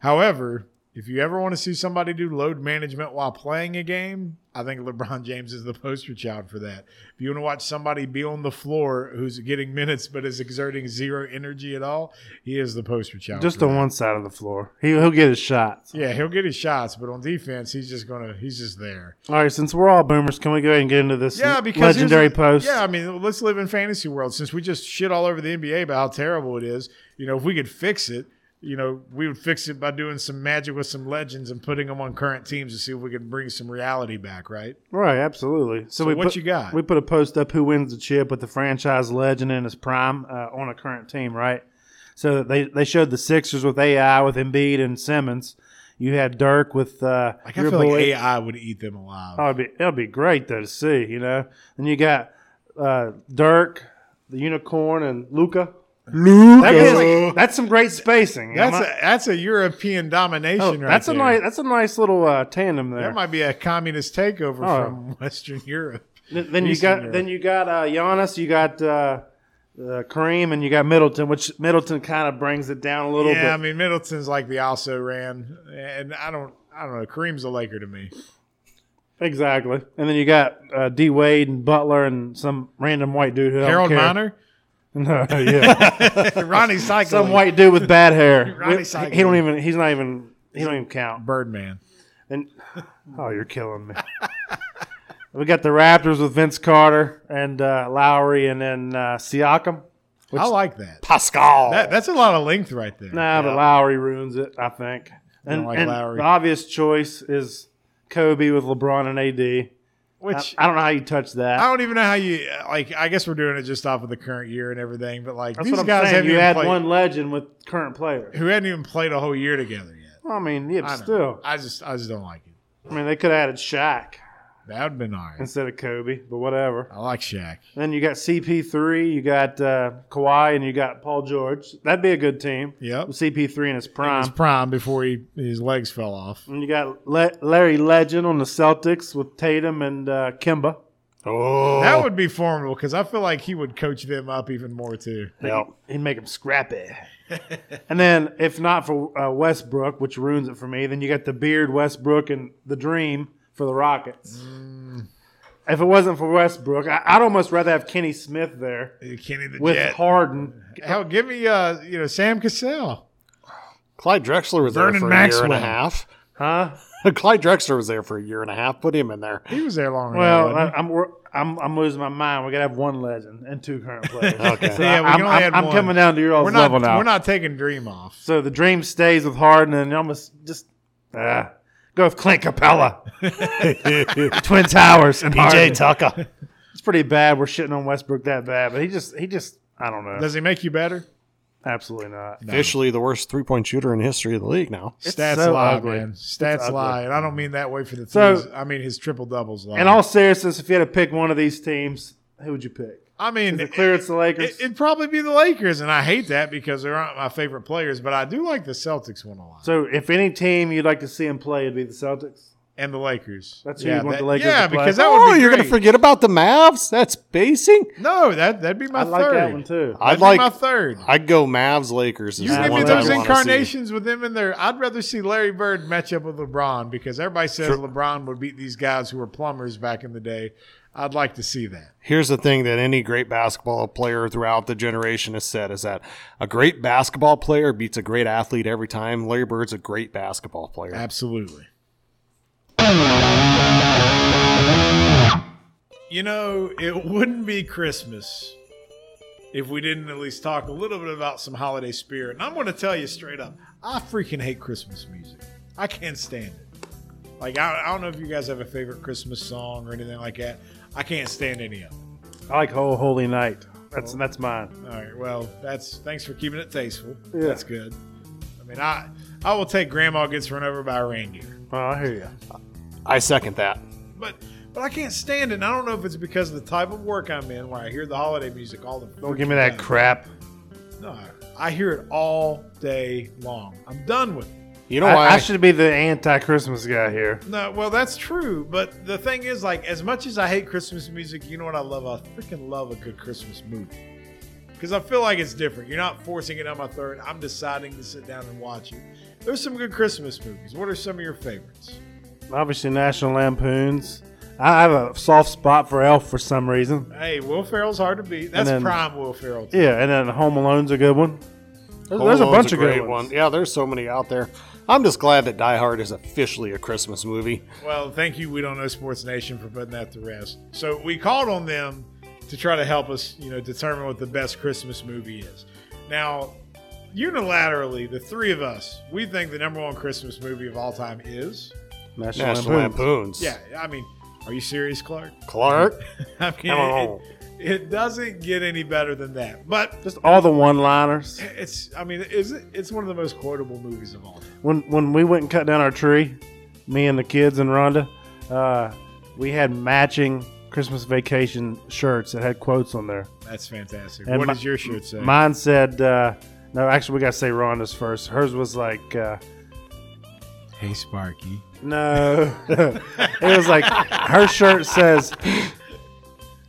Speaker 1: However, if you ever want to see somebody do load management while playing a game, I think LeBron James is the poster child for that. If you want to watch somebody be on the floor who's getting minutes but is exerting zero energy at all, he is the poster child.
Speaker 2: Just
Speaker 1: for
Speaker 2: on
Speaker 1: that.
Speaker 2: one side of the floor. He, he'll get his shots.
Speaker 1: Yeah, he'll get his shots, but on defense, he's just gonna he's just there.
Speaker 2: All right, since we're all boomers, can we go ahead and get into this
Speaker 1: yeah, because here's
Speaker 2: legendary
Speaker 1: the-
Speaker 2: post?
Speaker 1: Yeah, I mean, let's live in fantasy world. Since we just shit all over the NBA about how terrible it is, you know, if we could fix it, you know, we would fix it by doing some magic with some legends and putting them on current teams to see if we could bring some reality back. Right?
Speaker 2: Right, absolutely. So,
Speaker 1: So
Speaker 2: we
Speaker 1: what
Speaker 2: put,
Speaker 1: you got?
Speaker 2: We put a post up who wins the chip with the franchise legend in his prime uh, on a current team, right? So they they showed the Sixers with AI with Embiid and Simmons. You had Dirk with uh,
Speaker 1: Like
Speaker 2: your
Speaker 1: I feel
Speaker 2: boy.
Speaker 1: like AI would eat them alive.
Speaker 2: Oh, it'd be it'd be great though to see, you know. And you got uh, Dirk, the unicorn, and Luca. That is- that's some great spacing.
Speaker 1: that's
Speaker 2: Am I-
Speaker 1: a that's a European domination.
Speaker 2: oh,
Speaker 1: right
Speaker 2: that's a
Speaker 1: there.
Speaker 2: nice that's a nice little uh, tandem there.
Speaker 1: That might be a communist takeover
Speaker 2: Oh.
Speaker 1: from Western Europe.
Speaker 2: Th- Then you
Speaker 1: Eastern
Speaker 2: got
Speaker 1: Europe.
Speaker 2: then you got uh, Giannis, you got uh, uh, Kareem, and you got Middleton, which Middleton kind of brings it down a little
Speaker 1: Yeah, I
Speaker 2: bit.
Speaker 1: mean Middleton's like the also ran, and I don't, I don't know. Kareem's a Laker to me.
Speaker 2: Exactly. And then you got uh, D Wade and Butler and some random white dude who
Speaker 1: Harold
Speaker 2: don't care.
Speaker 1: Miner,
Speaker 2: No, yeah,
Speaker 1: Ronnie Cycling,
Speaker 2: some white dude with bad hair.
Speaker 1: Ronnie
Speaker 2: We- he,
Speaker 1: Cycling.
Speaker 2: he don't even. He's not even. He don't even count.
Speaker 1: Birdman.
Speaker 2: And oh, you're killing me. we got the Raptors with Vince Carter and uh, Lowry, and then uh, Siakam.
Speaker 1: I like that.
Speaker 3: Pascal.
Speaker 1: that. That's a lot of length right there.
Speaker 2: Nah, but Lowry ruins it, I think. And,
Speaker 1: like
Speaker 2: and
Speaker 1: Lowry.
Speaker 2: the obvious choice is Kobe with LeBron and AD.
Speaker 1: Which
Speaker 2: I, I don't know how you touch that.
Speaker 1: I don't even know how you like. I guess we're doing it just off of the current year and everything. But like
Speaker 2: That's
Speaker 1: these
Speaker 2: what I'm
Speaker 1: guys
Speaker 2: saying.
Speaker 1: haven't
Speaker 2: You
Speaker 1: even
Speaker 2: had
Speaker 1: played,
Speaker 2: one legend with current players.
Speaker 1: who hadn't even played a whole year together yet.
Speaker 2: I mean, yeah,
Speaker 1: I
Speaker 2: but
Speaker 1: don't know.
Speaker 2: still.
Speaker 1: I just, I just don't like it.
Speaker 2: I mean, they could have added Shaq
Speaker 1: That would have been all right.
Speaker 2: instead of Kobe, but whatever.
Speaker 1: I like Shaq.
Speaker 2: Then you got CP3, you got uh, Kawhi, and you got Paul George. That'd be a good team.
Speaker 1: Yep.
Speaker 2: CP3 in his prime.
Speaker 1: His prime before he his legs fell off.
Speaker 2: and you got Le- Larry Legend on the Celtics with Tatum and uh, Kimba.
Speaker 3: oh,
Speaker 1: That would be formidable because I feel like he would coach them up even more too.
Speaker 3: Yep.
Speaker 2: He'd make him scrappy. and then, if not for uh, Westbrook, which ruins it for me, then you got the beard, Westbrook, and the dream for the Rockets. Mm. If it wasn't for Westbrook, I, I'd almost rather have Kenny Smith there
Speaker 1: Kenny the
Speaker 2: with
Speaker 1: Jet.
Speaker 2: Harden.
Speaker 1: Hell, give me uh, you know, Sam Cassell.
Speaker 3: Clyde Drexler was
Speaker 1: Vernon
Speaker 3: there for a year and
Speaker 1: Maxwell.
Speaker 3: a half.
Speaker 2: Huh?
Speaker 3: Clyde Drexler was there for a year and a half. Put him in there.
Speaker 1: He was there long
Speaker 2: Well,
Speaker 1: enough.
Speaker 2: I,
Speaker 1: wasn't
Speaker 2: I'm, we're- I'm I'm losing my mind. We gotta have one legend and two current players.
Speaker 3: Okay.
Speaker 2: So
Speaker 1: Yeah, we can
Speaker 2: I'm,
Speaker 1: only
Speaker 2: I'm-
Speaker 1: add
Speaker 2: I'm
Speaker 1: one.
Speaker 2: coming down to your
Speaker 1: he?
Speaker 2: all's
Speaker 1: we're not,
Speaker 2: level now.
Speaker 1: we're not taking Dream off.
Speaker 2: So the dream stays with Harden and almost just ah, go with Clint Capella, Twin Towers, and Harden.
Speaker 3: Tucker.
Speaker 2: It's pretty bad. We're shitting on Westbrook that bad, but he just he just I don't know.
Speaker 1: Does he make you better?
Speaker 2: Absolutely not.
Speaker 3: Officially the worst three point shooter in the history of the league now.
Speaker 1: Stats
Speaker 2: so
Speaker 1: lie,
Speaker 2: ugly.
Speaker 1: man.
Speaker 2: It's
Speaker 1: Stats
Speaker 2: ugly.
Speaker 1: lie, and I don't mean that way for the
Speaker 2: So-
Speaker 1: threes. I mean his triple doubles lie.
Speaker 2: In all seriousness, if you had to pick one of these teams, who would you pick?
Speaker 1: I mean,
Speaker 2: Is it clear it's the Lakers?
Speaker 1: It, it'd probably be the Lakers, and I hate that because they aren't my favorite players, but I do like the Celtics one a lot.
Speaker 2: so, if any team you'd like to see him play, it'd be the Celtics.
Speaker 1: and the Lakers.
Speaker 2: That's who you want
Speaker 1: that-
Speaker 2: the Lakers
Speaker 1: Yeah,
Speaker 2: to play.
Speaker 1: because that would
Speaker 3: oh,
Speaker 1: be
Speaker 3: you're
Speaker 1: great.
Speaker 3: going to forget about the Mavs? That's basing.
Speaker 1: No, that that'd be my
Speaker 2: I like
Speaker 1: third.
Speaker 2: that one too.
Speaker 1: That'd
Speaker 3: I'd
Speaker 1: be
Speaker 3: like.
Speaker 1: my third.
Speaker 3: I'd go Mavs Lakers.
Speaker 1: You
Speaker 3: is the
Speaker 1: give me
Speaker 3: one that
Speaker 1: those
Speaker 3: I wanna see.
Speaker 1: incarnations with them in there. I'd rather see Larry Bird match up with LeBron because everybody says LeBron would beat these guys who were plumbers back in the day. I'd like to see that.
Speaker 3: Here's the thing that any great basketball player throughout the generation has said is that a great basketball player beats a great athlete every time. Larry Bird's a great basketball player.
Speaker 1: Absolutely. You know, it wouldn't be Christmas if we didn't at least talk a little bit about some holiday spirit. And I'm going to tell you straight up, I freaking hate Christmas music. I can't stand it. Like, I, I don't know if you guys have a favorite Christmas song or anything like that. I can't stand any of them.
Speaker 2: I like Whole Holy Night. That's
Speaker 3: Oh.
Speaker 2: that's mine.
Speaker 1: All right. Well, that's thanks for keeping it tasteful.
Speaker 2: Yeah.
Speaker 1: That's good. I mean, I I will take Grandma Gets Run Over by a Reindeer.
Speaker 2: Oh, I hear you.
Speaker 3: I second that.
Speaker 1: But but I can't stand it. And I don't know if it's because of the type of work I'm in where I hear the holiday music all the
Speaker 2: Don't give me that crap.
Speaker 1: No, I hear it all day long. I'm done with it.
Speaker 3: You know
Speaker 2: I,
Speaker 3: why?
Speaker 2: I should be the anti-Christmas guy here.
Speaker 1: No, well that's true, but the thing is like as much as I hate Christmas music, you know what I love? I freaking love a good Christmas movie. Cuz I feel like it's different. You're not forcing it on my third. I'm deciding to sit down and watch it. There's some good Christmas movies. What are some of your favorites?
Speaker 2: Obviously, National Lampoons. I have a soft spot for Elf for some reason.
Speaker 1: Hey, Will Ferrell's hard to beat. That's
Speaker 2: then-
Speaker 1: prime Will Ferrell. to
Speaker 2: Yeah, and then Home Alone's a good one. There's,
Speaker 3: Home
Speaker 2: there's a
Speaker 3: Alone's
Speaker 2: bunch of
Speaker 3: great
Speaker 2: great ones.
Speaker 3: one. Yeah, there's so many out there. I'm just glad that Die Hard is officially a Christmas movie.
Speaker 1: Well, thank you. We don't know Sports Nation for putting that to rest. So we called on them to try to help us, you know, determine what the best Christmas movie is. Now, unilaterally, the three of us, we think the number one Christmas movie of all time is.
Speaker 2: National,
Speaker 3: National
Speaker 2: Lampoons.
Speaker 3: Lampoons.
Speaker 1: Yeah, I mean, are you serious, Clark?
Speaker 3: Clark.
Speaker 1: I
Speaker 3: Come on.
Speaker 1: mean, it, it doesn't get any better than that. But
Speaker 2: Just all the one-liners.
Speaker 1: it's, I mean, it's, it's one of the most quotable movies of all time.
Speaker 2: when when we went and cut down our tree, me and the kids and Rhonda, uh, we had matching Christmas vacation shirts that had quotes on there.
Speaker 1: That's fantastic.
Speaker 2: And
Speaker 1: what
Speaker 2: my-
Speaker 1: does your shirt say?
Speaker 2: Mine said, uh, "No, actually, we gotta say Rhonda's first. Hers was like, uh,
Speaker 1: hey, Sparky.
Speaker 2: "No." it was like her shirt says,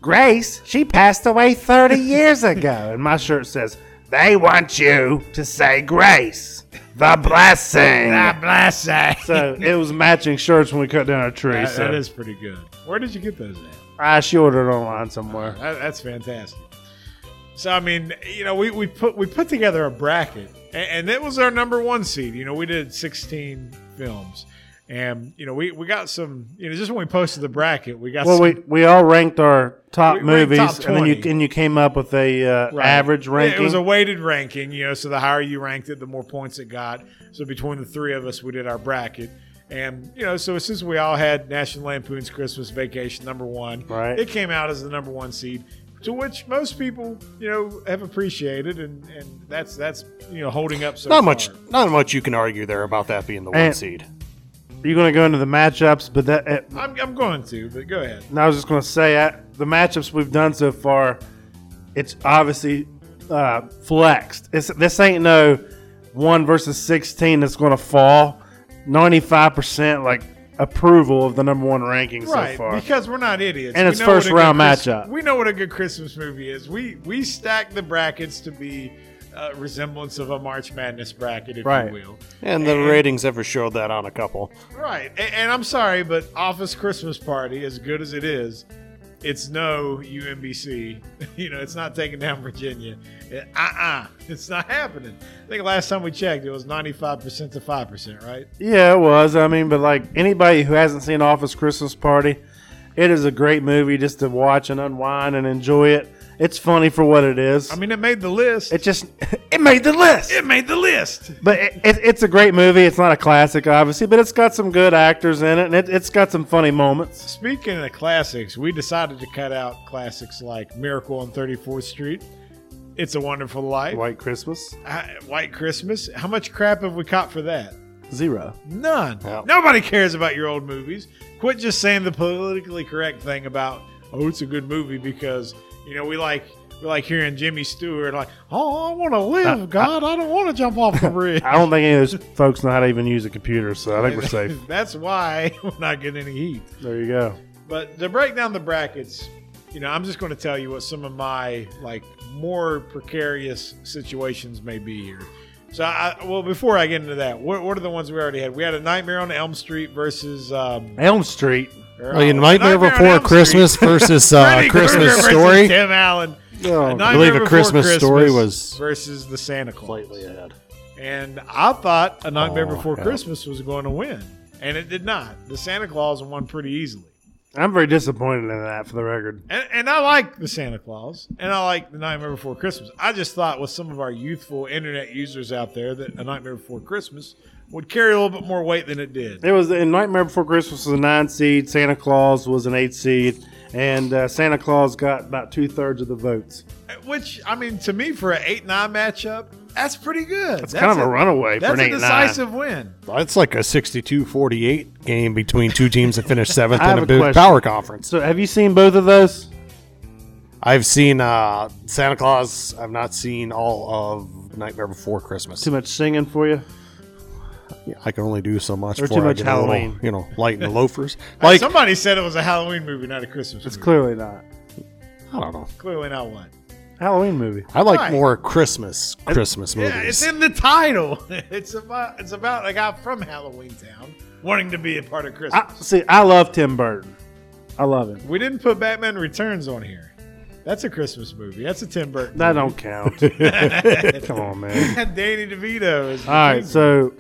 Speaker 2: "Grace, she passed away thirty years ago," and my shirt says. They want you to say grace, the blessing.
Speaker 1: bless eh? that.
Speaker 2: So it was matching shirts when we cut down our tree.
Speaker 1: That-
Speaker 2: so.
Speaker 1: that is pretty good. Where did you get those at?
Speaker 2: I she ordered it online somewhere.
Speaker 1: That- that's fantastic. So I mean, you know, we, we put we put together a bracket, and, and it was our number one seed. You know, we did sixteen films, and you know, we, we got some. You know, just when we posted the bracket, we got
Speaker 2: Well,
Speaker 1: some,
Speaker 2: we, we all ranked our
Speaker 1: We
Speaker 2: top
Speaker 1: ranked
Speaker 2: movies,
Speaker 1: top
Speaker 2: and then you
Speaker 1: 20.
Speaker 2: and you came up with a uh,
Speaker 1: Right.
Speaker 2: average
Speaker 1: Yeah,
Speaker 2: ranking.
Speaker 1: It was a weighted ranking, you know. So the higher you ranked it, the more points it got. So between the three of us, we did our bracket, and you know, so since we all had National Lampoon's Christmas Vacation number one,
Speaker 2: Right.
Speaker 1: It came out as the number one seed, to which most people, you know, have appreciated, and and that's that's you know holding up so
Speaker 3: Not much.
Speaker 1: far.
Speaker 3: Not much you can argue there about that being the one
Speaker 2: And-
Speaker 3: seed.
Speaker 2: You're going to go into the matchups, but that uh,
Speaker 1: I'm, I'm going to, but go ahead.
Speaker 2: and I was just going to say uh, the matchups we've done so far. It's obviously uh, flexed. It's, this ain't no one versus sixteen that's going to fall. Ninety five percent like approval of the number one ranking so
Speaker 1: Right,
Speaker 2: far.
Speaker 1: because we're not idiots.
Speaker 2: And
Speaker 1: We
Speaker 2: it's
Speaker 1: know what
Speaker 2: first
Speaker 1: a good
Speaker 2: round
Speaker 1: Christ-
Speaker 2: matchup.
Speaker 1: We know what a good Christmas movie is. We we stack the brackets to be a resemblance of a March Madness bracket, if
Speaker 2: Right.
Speaker 1: you will.
Speaker 3: And the ratings ever showed that on a couple.
Speaker 1: Right, and, and I'm sorry, but Office Christmas Party, as good as it is, it's no UMBC. You know, it's not taking down Virginia. Uh uh, it's not happening. I think last time we checked, it was 95% to 5%, right?
Speaker 2: Yeah, it was. I mean, but like anybody who hasn't seen Office Christmas Party, it is a great movie just to watch and unwind and enjoy it. It's funny for what it is.
Speaker 1: I mean, it made the list.
Speaker 2: it just it made the list.
Speaker 1: it made the list.
Speaker 2: but it, it, it's a great movie. It's not a classic, obviously, but it's got some good actors in it, and it, it's got some funny moments.
Speaker 1: Speaking of classics, we decided to cut out classics like Miracle on 34th Street It's a Wonderful Life, White,
Speaker 2: White Christmas,
Speaker 1: White Christmas. How much crap have we caught for that?
Speaker 2: zero.
Speaker 1: None.
Speaker 3: Yeah.
Speaker 1: Nobody cares about your old movies. Quit just saying the politically correct thing about oh, it's a good movie because you know we like we like hearing Jimmy Stewart like oh I want to live God I, don't want to jump off the bridge.
Speaker 2: Uh, I don't think any of those folks know how to even use a computer, so I think we're safe.
Speaker 1: That's why we're not getting any heat.
Speaker 2: There you go.
Speaker 1: But to break down the brackets, you know, I'm just going to tell you what some of my like more precarious situations may be here. So, I, well, before I get into that, what, what are the ones we already had? We had a Nightmare on Elm Street versus. Um,
Speaker 2: Elm Street.
Speaker 1: or,
Speaker 3: Like
Speaker 1: uh,
Speaker 3: in Nightmare
Speaker 1: on
Speaker 3: Before
Speaker 1: Elm
Speaker 3: Christmas versus
Speaker 1: Street,
Speaker 3: uh,
Speaker 1: Freddy Krueger
Speaker 3: Christmas
Speaker 1: versus
Speaker 3: Story.
Speaker 1: Tim Allen.
Speaker 2: Oh,
Speaker 1: Nightmare
Speaker 3: believe A
Speaker 1: Before
Speaker 3: Christmas Story was-
Speaker 1: versus the Santa Claus.
Speaker 3: Completely ahead.
Speaker 1: And I thought A Nightmare
Speaker 3: Oh,
Speaker 1: Before
Speaker 3: yeah.
Speaker 1: Christmas was going to win, and it did not. The Santa Claus won pretty easily.
Speaker 2: I'm very disappointed in that, for the record.
Speaker 1: And, and I like the Santa Claus, and I like the Nightmare Before Christmas. I just thought with some of our youthful internet users out there that a Nightmare Before Christmas would carry a little bit more weight than it did.
Speaker 2: It was in Nightmare Before Christmas was a nine seed, Santa Claus was an eight seed, and uh, Santa Claus got about two thirds of the votes.
Speaker 1: Which I mean, to me, for an eight nine matchup, that's pretty good. That's,
Speaker 2: kind of a runaway for
Speaker 1: That's
Speaker 2: an
Speaker 1: a
Speaker 2: 8-9.
Speaker 1: decisive win.
Speaker 3: That's like a 62-48 game between two teams that finished seventh
Speaker 2: I have
Speaker 3: in a
Speaker 2: a
Speaker 3: big
Speaker 2: question.
Speaker 3: power conference.
Speaker 2: So, have you seen both of those?
Speaker 3: I've seen uh, Santa Claus. I've not seen all of Nightmare Before Christmas.
Speaker 2: Too much singing for you.
Speaker 3: I can only do so much.
Speaker 2: Or too
Speaker 3: before I
Speaker 2: much
Speaker 3: get a little,
Speaker 2: Halloween.
Speaker 3: you know, light in the loafers. Like
Speaker 1: Somebody said it was a Halloween movie, not a Christmas.
Speaker 2: It's
Speaker 1: movie.
Speaker 2: clearly not
Speaker 3: I don't know.
Speaker 1: Clearly not one.
Speaker 2: Halloween movie.
Speaker 3: I like
Speaker 1: Right.
Speaker 3: more Christmas Christmas movies.
Speaker 1: Yeah, it's in the title. It's about it's about a guy from Halloween Town wanting to be a part of Christmas.
Speaker 2: I, see, I love Tim Burton. I love him.
Speaker 1: We didn't put Batman Returns on here. That's a Christmas movie. That's a Tim Burton.
Speaker 2: That don't count. Come on, man.
Speaker 1: And Danny DeVito is.
Speaker 2: All right, so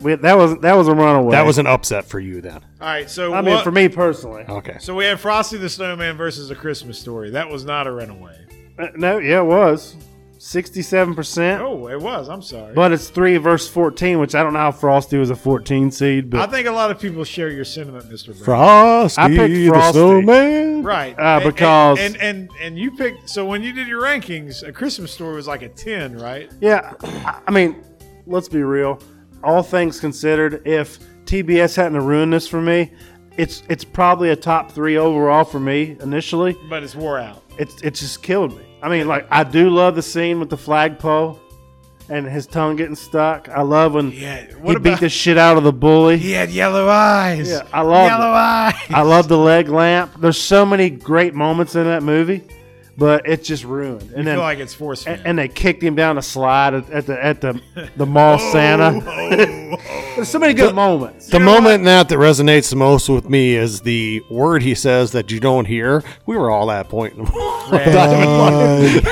Speaker 2: we, that was that was a runaway.
Speaker 3: that was Oh. an upset for you then.
Speaker 1: All right. So
Speaker 2: I mean,
Speaker 1: what-
Speaker 2: for me personally.
Speaker 3: Okay.
Speaker 1: So we had Frosty the Snowman versus A Christmas Story. That was not a runaway.
Speaker 2: Uh, no, yeah, it was sixty-seven percent.
Speaker 1: Oh, it was. I'm sorry.
Speaker 2: But it's three versus fourteen, which I don't know how Frosty was a fourteen seed,
Speaker 1: I
Speaker 2: but
Speaker 1: think a lot of people share your sentiment, Mr. Brown.
Speaker 3: Frosty,
Speaker 2: I picked
Speaker 3: the
Speaker 2: Frosty.
Speaker 3: snowman.
Speaker 1: right.
Speaker 2: Uh,
Speaker 1: And- and-
Speaker 2: because-
Speaker 1: and, and and you picked. So when you did your rankings, A Christmas Story was like a ten, right?
Speaker 2: yeah, I I mean, let's be real. All things considered, if TBS hadn't have ruined this for me, it's it's probably a top three overall for me initially.
Speaker 1: But it's wore out.
Speaker 2: It's it just killed me. I mean, like I do love the scene with the flagpole and his tongue getting stuck. I love when
Speaker 1: Yeah,
Speaker 2: he
Speaker 1: what
Speaker 2: beat
Speaker 1: about-
Speaker 2: the shit out of the bully.
Speaker 1: He had yellow eyes.
Speaker 2: Yeah, I love
Speaker 1: yellow
Speaker 2: it.
Speaker 1: eyes.
Speaker 2: I love the leg lamp. There's so many great moments in that movie, but it's just ruined. And
Speaker 1: I
Speaker 2: then
Speaker 1: feel like it's forced.
Speaker 2: and, and they kicked him down a slide at, at the at the the mall
Speaker 1: Oh.
Speaker 2: Santa. There's so many good moments.
Speaker 3: The moment in that that resonates the most with me is the word he says that you don't hear. We were all at point. in the-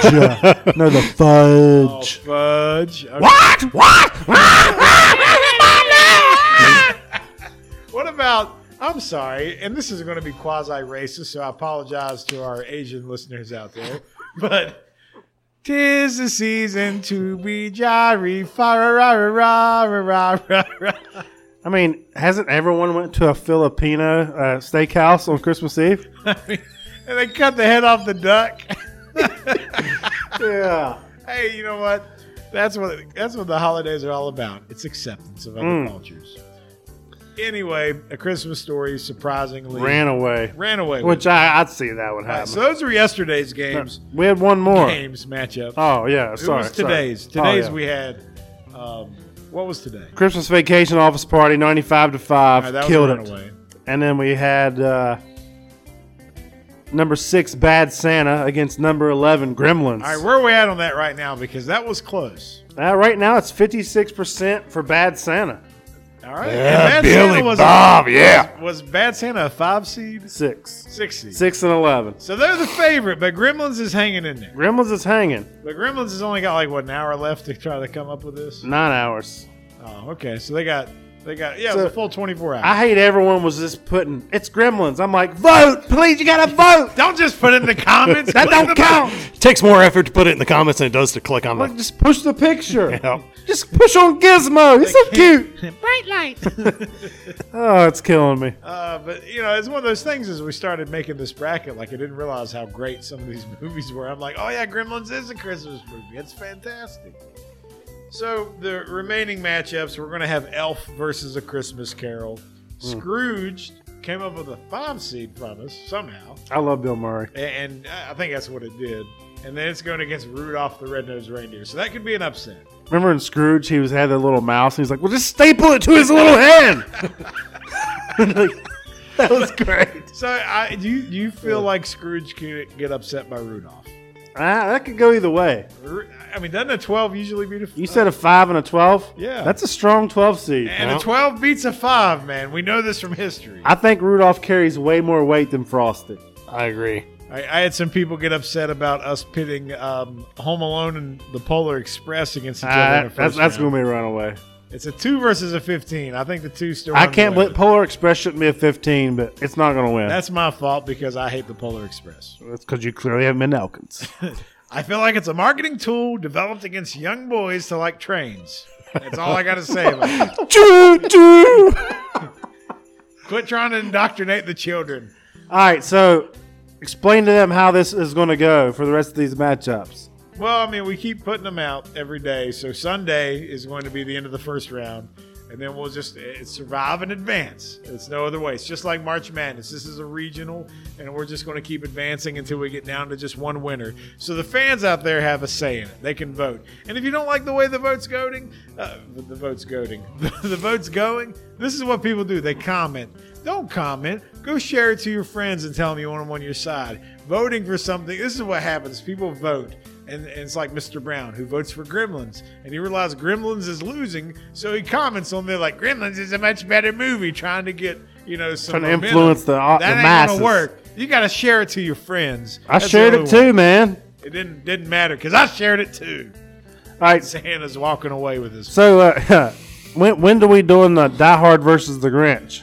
Speaker 2: Fudge. no, the
Speaker 1: Oh,
Speaker 2: fudge.
Speaker 1: fudge. Okay.
Speaker 3: what? What?
Speaker 1: What about? I'm sorry, and this is going to be quasi racist, so I apologize to our Asian listeners out there. But tis the season to be jolly, fa ra ra ra ra ra ra ra.
Speaker 2: I mean, hasn't everyone went to a Filipino uh, steakhouse on Christmas Eve?
Speaker 1: And they cut the head off the duck.
Speaker 2: Yeah.
Speaker 1: hey, you know what? That's what that's what the holidays are all about. It's acceptance of other cultures. Anyway, a Christmas story surprisingly
Speaker 2: Ran away.
Speaker 1: ran away. with.
Speaker 2: Which I, I'd see that would
Speaker 1: All right, so
Speaker 2: happen.
Speaker 1: those were yesterday's games.
Speaker 2: We had one more.
Speaker 1: Games matchup.
Speaker 2: Oh yeah,
Speaker 1: It
Speaker 2: sorry.
Speaker 1: was
Speaker 2: sorry.
Speaker 1: today's.
Speaker 2: Oh,
Speaker 1: Today's
Speaker 2: yeah.
Speaker 1: we had. Um, what was today?
Speaker 2: Christmas vacation office party, ninety-five
Speaker 1: All
Speaker 2: to five,
Speaker 1: right, that
Speaker 2: killed
Speaker 1: was
Speaker 2: it.
Speaker 1: runaway.
Speaker 2: And then we had uh, number six, Bad Santa, against number eleven, Gremlins.
Speaker 1: All right, where are we at on that right now? Because that was close.
Speaker 2: Uh, right now, it's fifty-six percent for Bad Santa,
Speaker 1: All right.
Speaker 3: Yeah,
Speaker 1: And Bad
Speaker 3: Billy
Speaker 1: Santa was,
Speaker 3: Bob. yeah.
Speaker 1: was Bad Santa a five seed?
Speaker 2: six,
Speaker 1: Six seed.
Speaker 2: six and eleven.
Speaker 1: So they're the favorite, but Gremlins is hanging in there.
Speaker 2: Gremlins is hanging
Speaker 1: But
Speaker 2: Mm.
Speaker 1: Gremlins has only got like what an hour left to try to come up with this.
Speaker 2: nine hours.
Speaker 1: Oh, okay. So they got They got yeah, it
Speaker 2: So-
Speaker 1: was a full 24 hours.
Speaker 2: I hate everyone was just putting it's gremlins. I'm like, vote, please, you gotta vote.
Speaker 1: don't just put it in the comments.
Speaker 2: That don't count.
Speaker 3: It takes more effort to put it in the comments than it does to click on
Speaker 2: Like,
Speaker 3: the.
Speaker 2: just push the picture.
Speaker 3: Yeah.
Speaker 2: Just push on Gizmo. He's so cute.
Speaker 1: Bright light.
Speaker 2: Oh, it's killing me.
Speaker 1: Uh, but you know, it's one of those things. As we started making this bracket, like I didn't realize how great some of these movies were. I'm like, oh yeah, Gremlins is a Christmas movie. It's fantastic. So the remaining matchups, we're going to have Elf versus A Christmas
Speaker 2: Hmm.
Speaker 1: Carol. Scrooge came up with a five seed from us somehow,
Speaker 2: I love Bill Murray.
Speaker 1: a- and I I think that's what it did. And then it's going against Rudolph the Red-Nosed Reindeer, so that could be an upset.
Speaker 2: Remember in Scrooge, he was had that little mouse, and he's like, "Well, just staple it to his little hand." Like, that was great.
Speaker 1: So I, do you, do you feel like Scrooge could get upset by Rudolph?
Speaker 2: Ah, that could go either way.
Speaker 1: Ru- I mean, doesn't a 12 usually be the
Speaker 2: You said a five and a twelve.
Speaker 1: Yeah.
Speaker 2: that's a strong twelve seed.
Speaker 1: And
Speaker 3: Yeah.
Speaker 1: a 12 beats a 5, man. We know this from history. I,
Speaker 2: I think Rudolph carries way more weight than Frosty.
Speaker 3: I agree.
Speaker 1: I had some people get upset about us pitting um, Home Alone and the Polar Express against each other. in
Speaker 2: Ah,
Speaker 1: the
Speaker 2: that's
Speaker 1: first
Speaker 2: that's
Speaker 1: round.
Speaker 2: gonna be a runaway.
Speaker 1: It's a 2 versus a 15. I think the 2 still.
Speaker 2: I
Speaker 1: run away
Speaker 2: can't. believe
Speaker 1: with it.
Speaker 2: Polar Express shouldn't be a fifteen, but it's not gonna win.
Speaker 1: That's my fault because I hate the Polar Express.
Speaker 2: That's because you clearly haven't been to Elkins.
Speaker 1: I feel like it's a marketing tool developed against young boys to like trains. That's all I got to say about that.
Speaker 3: Choo choo.
Speaker 1: Quit trying to indoctrinate the children.
Speaker 2: All right, so explain to them how this is going to go for the rest of these matchups.
Speaker 1: Well, I mean, we keep putting them out every day. So Sunday is going to be the end of the first round, and then we'll just eh, survive and advance. It's no other way. It's just like March Madness. This is a regional, and we're just going to keep advancing until we get down to just one winner. So the fans out there have a say in it. They can vote, and if you don't like the way the votes goading, uh, the votes goading, the votes going, this is what people do. They comment. Don't comment. Go share it to your friends and tell them you want them on your side. Voting for something. This is what happens. People vote. And, and it's like Mr. Brown who votes for Gremlins, and he realizes Gremlins is losing, so he comments on there like Gremlins is a much better movie, trying to get you know some
Speaker 2: Trying to
Speaker 1: momentum.
Speaker 2: influence the- uh,
Speaker 1: that
Speaker 2: the
Speaker 1: ain't
Speaker 2: masses.
Speaker 1: gonna work. You got to share it to your friends.
Speaker 2: I
Speaker 1: That's the
Speaker 2: shared
Speaker 1: only
Speaker 2: it
Speaker 1: way.
Speaker 2: too, man.
Speaker 1: It didn't didn't matter because I shared it too.
Speaker 2: All right,
Speaker 1: Santa's walking away with his.
Speaker 2: so uh, when when do we doing the Die Hard versus the Grinch?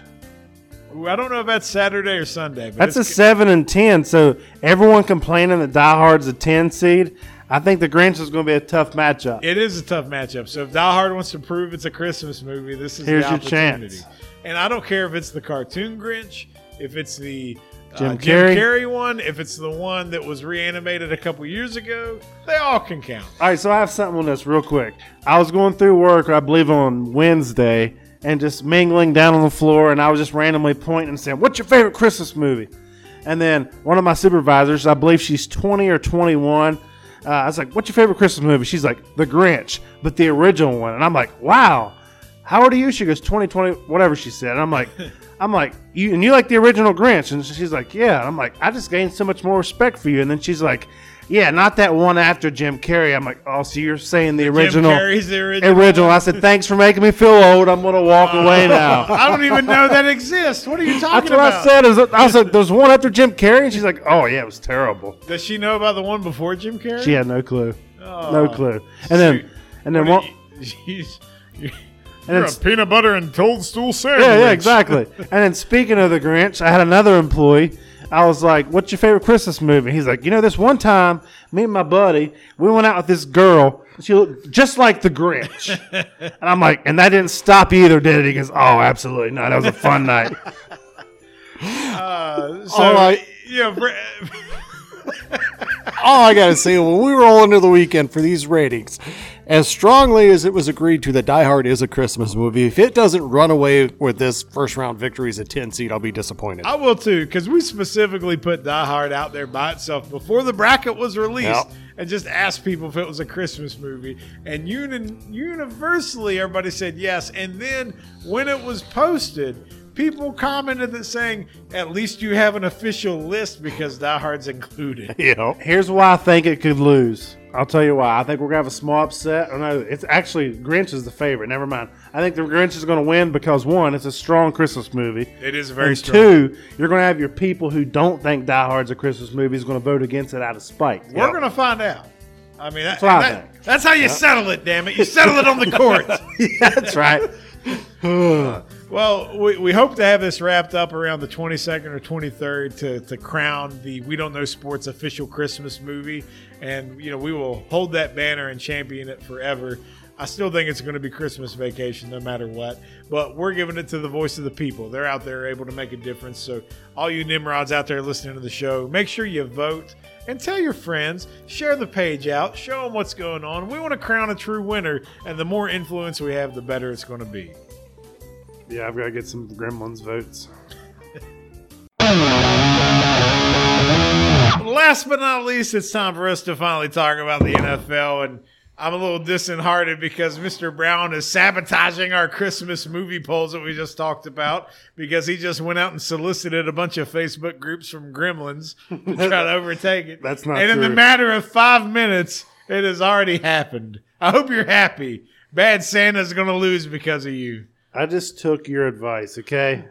Speaker 1: Ooh, I don't know if that's Saturday or Sunday, but
Speaker 2: That's a
Speaker 1: it's,
Speaker 2: seven and ten. So everyone complaining that Die Hard's a ten seed. I think the Grinch is going to be a tough matchup.
Speaker 1: It is a tough matchup. So if Die Hard wants to prove it's a Christmas movie, this is
Speaker 2: Here's
Speaker 1: the
Speaker 2: your
Speaker 1: opportunity.
Speaker 2: chance.
Speaker 1: And I don't care if it's the cartoon Grinch, if it's the uh,
Speaker 2: Jim
Speaker 1: Jim,
Speaker 2: Carrey.
Speaker 1: Carrey. one, if it's the one that was reanimated a couple years ago, they all can count.
Speaker 2: All right, so I have something on this real quick. I was going through work, I believe on Wednesday, and just mingling down on the floor, and I was just randomly pointing and saying, "What's your favorite Christmas movie?" And then one of my supervisors, I believe she's 20 or 21, uh, I was like, "What's your favorite Christmas movie?" She's like, "The Grinch," but the original one, and I'm like, "Wow, how old are you?" She goes, "2020, whatever she said." And I'm like. I'm like, you and you like the original Grinch, and she's like, yeah. And I'm like, I just gained so much more respect for you. And then she's like, yeah, not that one after Jim Carrey. I'm like, oh, so you're saying the original,
Speaker 1: Jim Carrey's the original.
Speaker 2: original. I said, thanks for making me feel old. I'm gonna walk away now.
Speaker 1: I don't even know that exists. What are you talking
Speaker 2: That's what I
Speaker 1: about?
Speaker 2: said. Is I said, there's one after Jim Carrey, and she's like, oh yeah, it was terrible.
Speaker 1: Does she know about the one before Jim Carrey?
Speaker 2: She had no clue,
Speaker 1: Oh.
Speaker 2: no clue. And then,
Speaker 1: shoot.
Speaker 2: and then
Speaker 1: What
Speaker 2: one.
Speaker 1: are you- She's, you're
Speaker 2: And
Speaker 1: a
Speaker 2: it's-
Speaker 1: peanut butter and toadstool sandwich.
Speaker 2: Yeah, yeah, exactly. and then speaking of the Grinch, I had another employee. I was like, "What's your favorite Christmas movie?" He's like, "You know, this one time, me and my buddy, we went out with this girl. She looked just like the Grinch." and I'm like, "And that didn't stop you either, did it?" He goes, "Oh, absolutely not. That was a fun night."
Speaker 1: Uh, so,
Speaker 3: All right.
Speaker 1: yeah, Bra-
Speaker 3: all I gotta say, when we roll into the weekend for these ratings, as strongly as it was agreed to that Die Hard is a Christmas movie, if it doesn't run away with this first round victory as a ten seed, I'll be disappointed.
Speaker 1: I will too, because we specifically put Die Hard out there by itself before the bracket was released,
Speaker 3: Yep.
Speaker 1: and just asked people if it was a Christmas movie, and uni- universally everybody said yes. And then when it was posted, people commented that saying, "At least you have an official list because Die Hard's included."
Speaker 3: Yeah.
Speaker 2: Here's why I think it could lose. I'll tell you why. I think we're gonna have a small upset. Oh no, it's actually Grinch is the favorite. Never mind. I think the Grinch is gonna win because one, it's a strong Christmas movie.
Speaker 1: It is very
Speaker 2: and
Speaker 1: strong.
Speaker 2: two, you're going to have your people who don't think Die Hard's a Christmas movie is going to vote against it out of spite.
Speaker 1: We're gonna find out. I mean, that,
Speaker 2: That's what I
Speaker 1: that-
Speaker 2: think.
Speaker 1: that's how you settle it. Damn it, you settle it on the court.
Speaker 2: That's right.
Speaker 1: Well, we, we hope to have this wrapped up around the 22nd or 23rd to, to crown the We Don't Know Sports official Christmas movie. And, you know, we will hold that banner and champion it forever. I still think it's going to be Christmas vacation no matter what. But we're giving it to the voice of the people. They're out there able to make a difference. So, all you Nimrods out there listening to the show, make sure you vote and tell your friends. Share the page out. Show them what's going on. We want to crown a true winner. And the more influence we have, the better it's going to be.
Speaker 2: Yeah, I've got to get some Gremlins votes.
Speaker 1: last but not least, it's time for us to finally talk about the NFL. And I'm a little disheartened because Mr. Brown is sabotaging our Christmas movie polls that we just talked about because he just went out and solicited a bunch of Facebook groups from gremlins to try to overtake it.
Speaker 2: That's not
Speaker 1: And in the
Speaker 2: true.
Speaker 1: matter of five minutes, it has already happened. I hope you're happy. Bad Santa's going to lose because of you.
Speaker 2: I just took your advice, okay?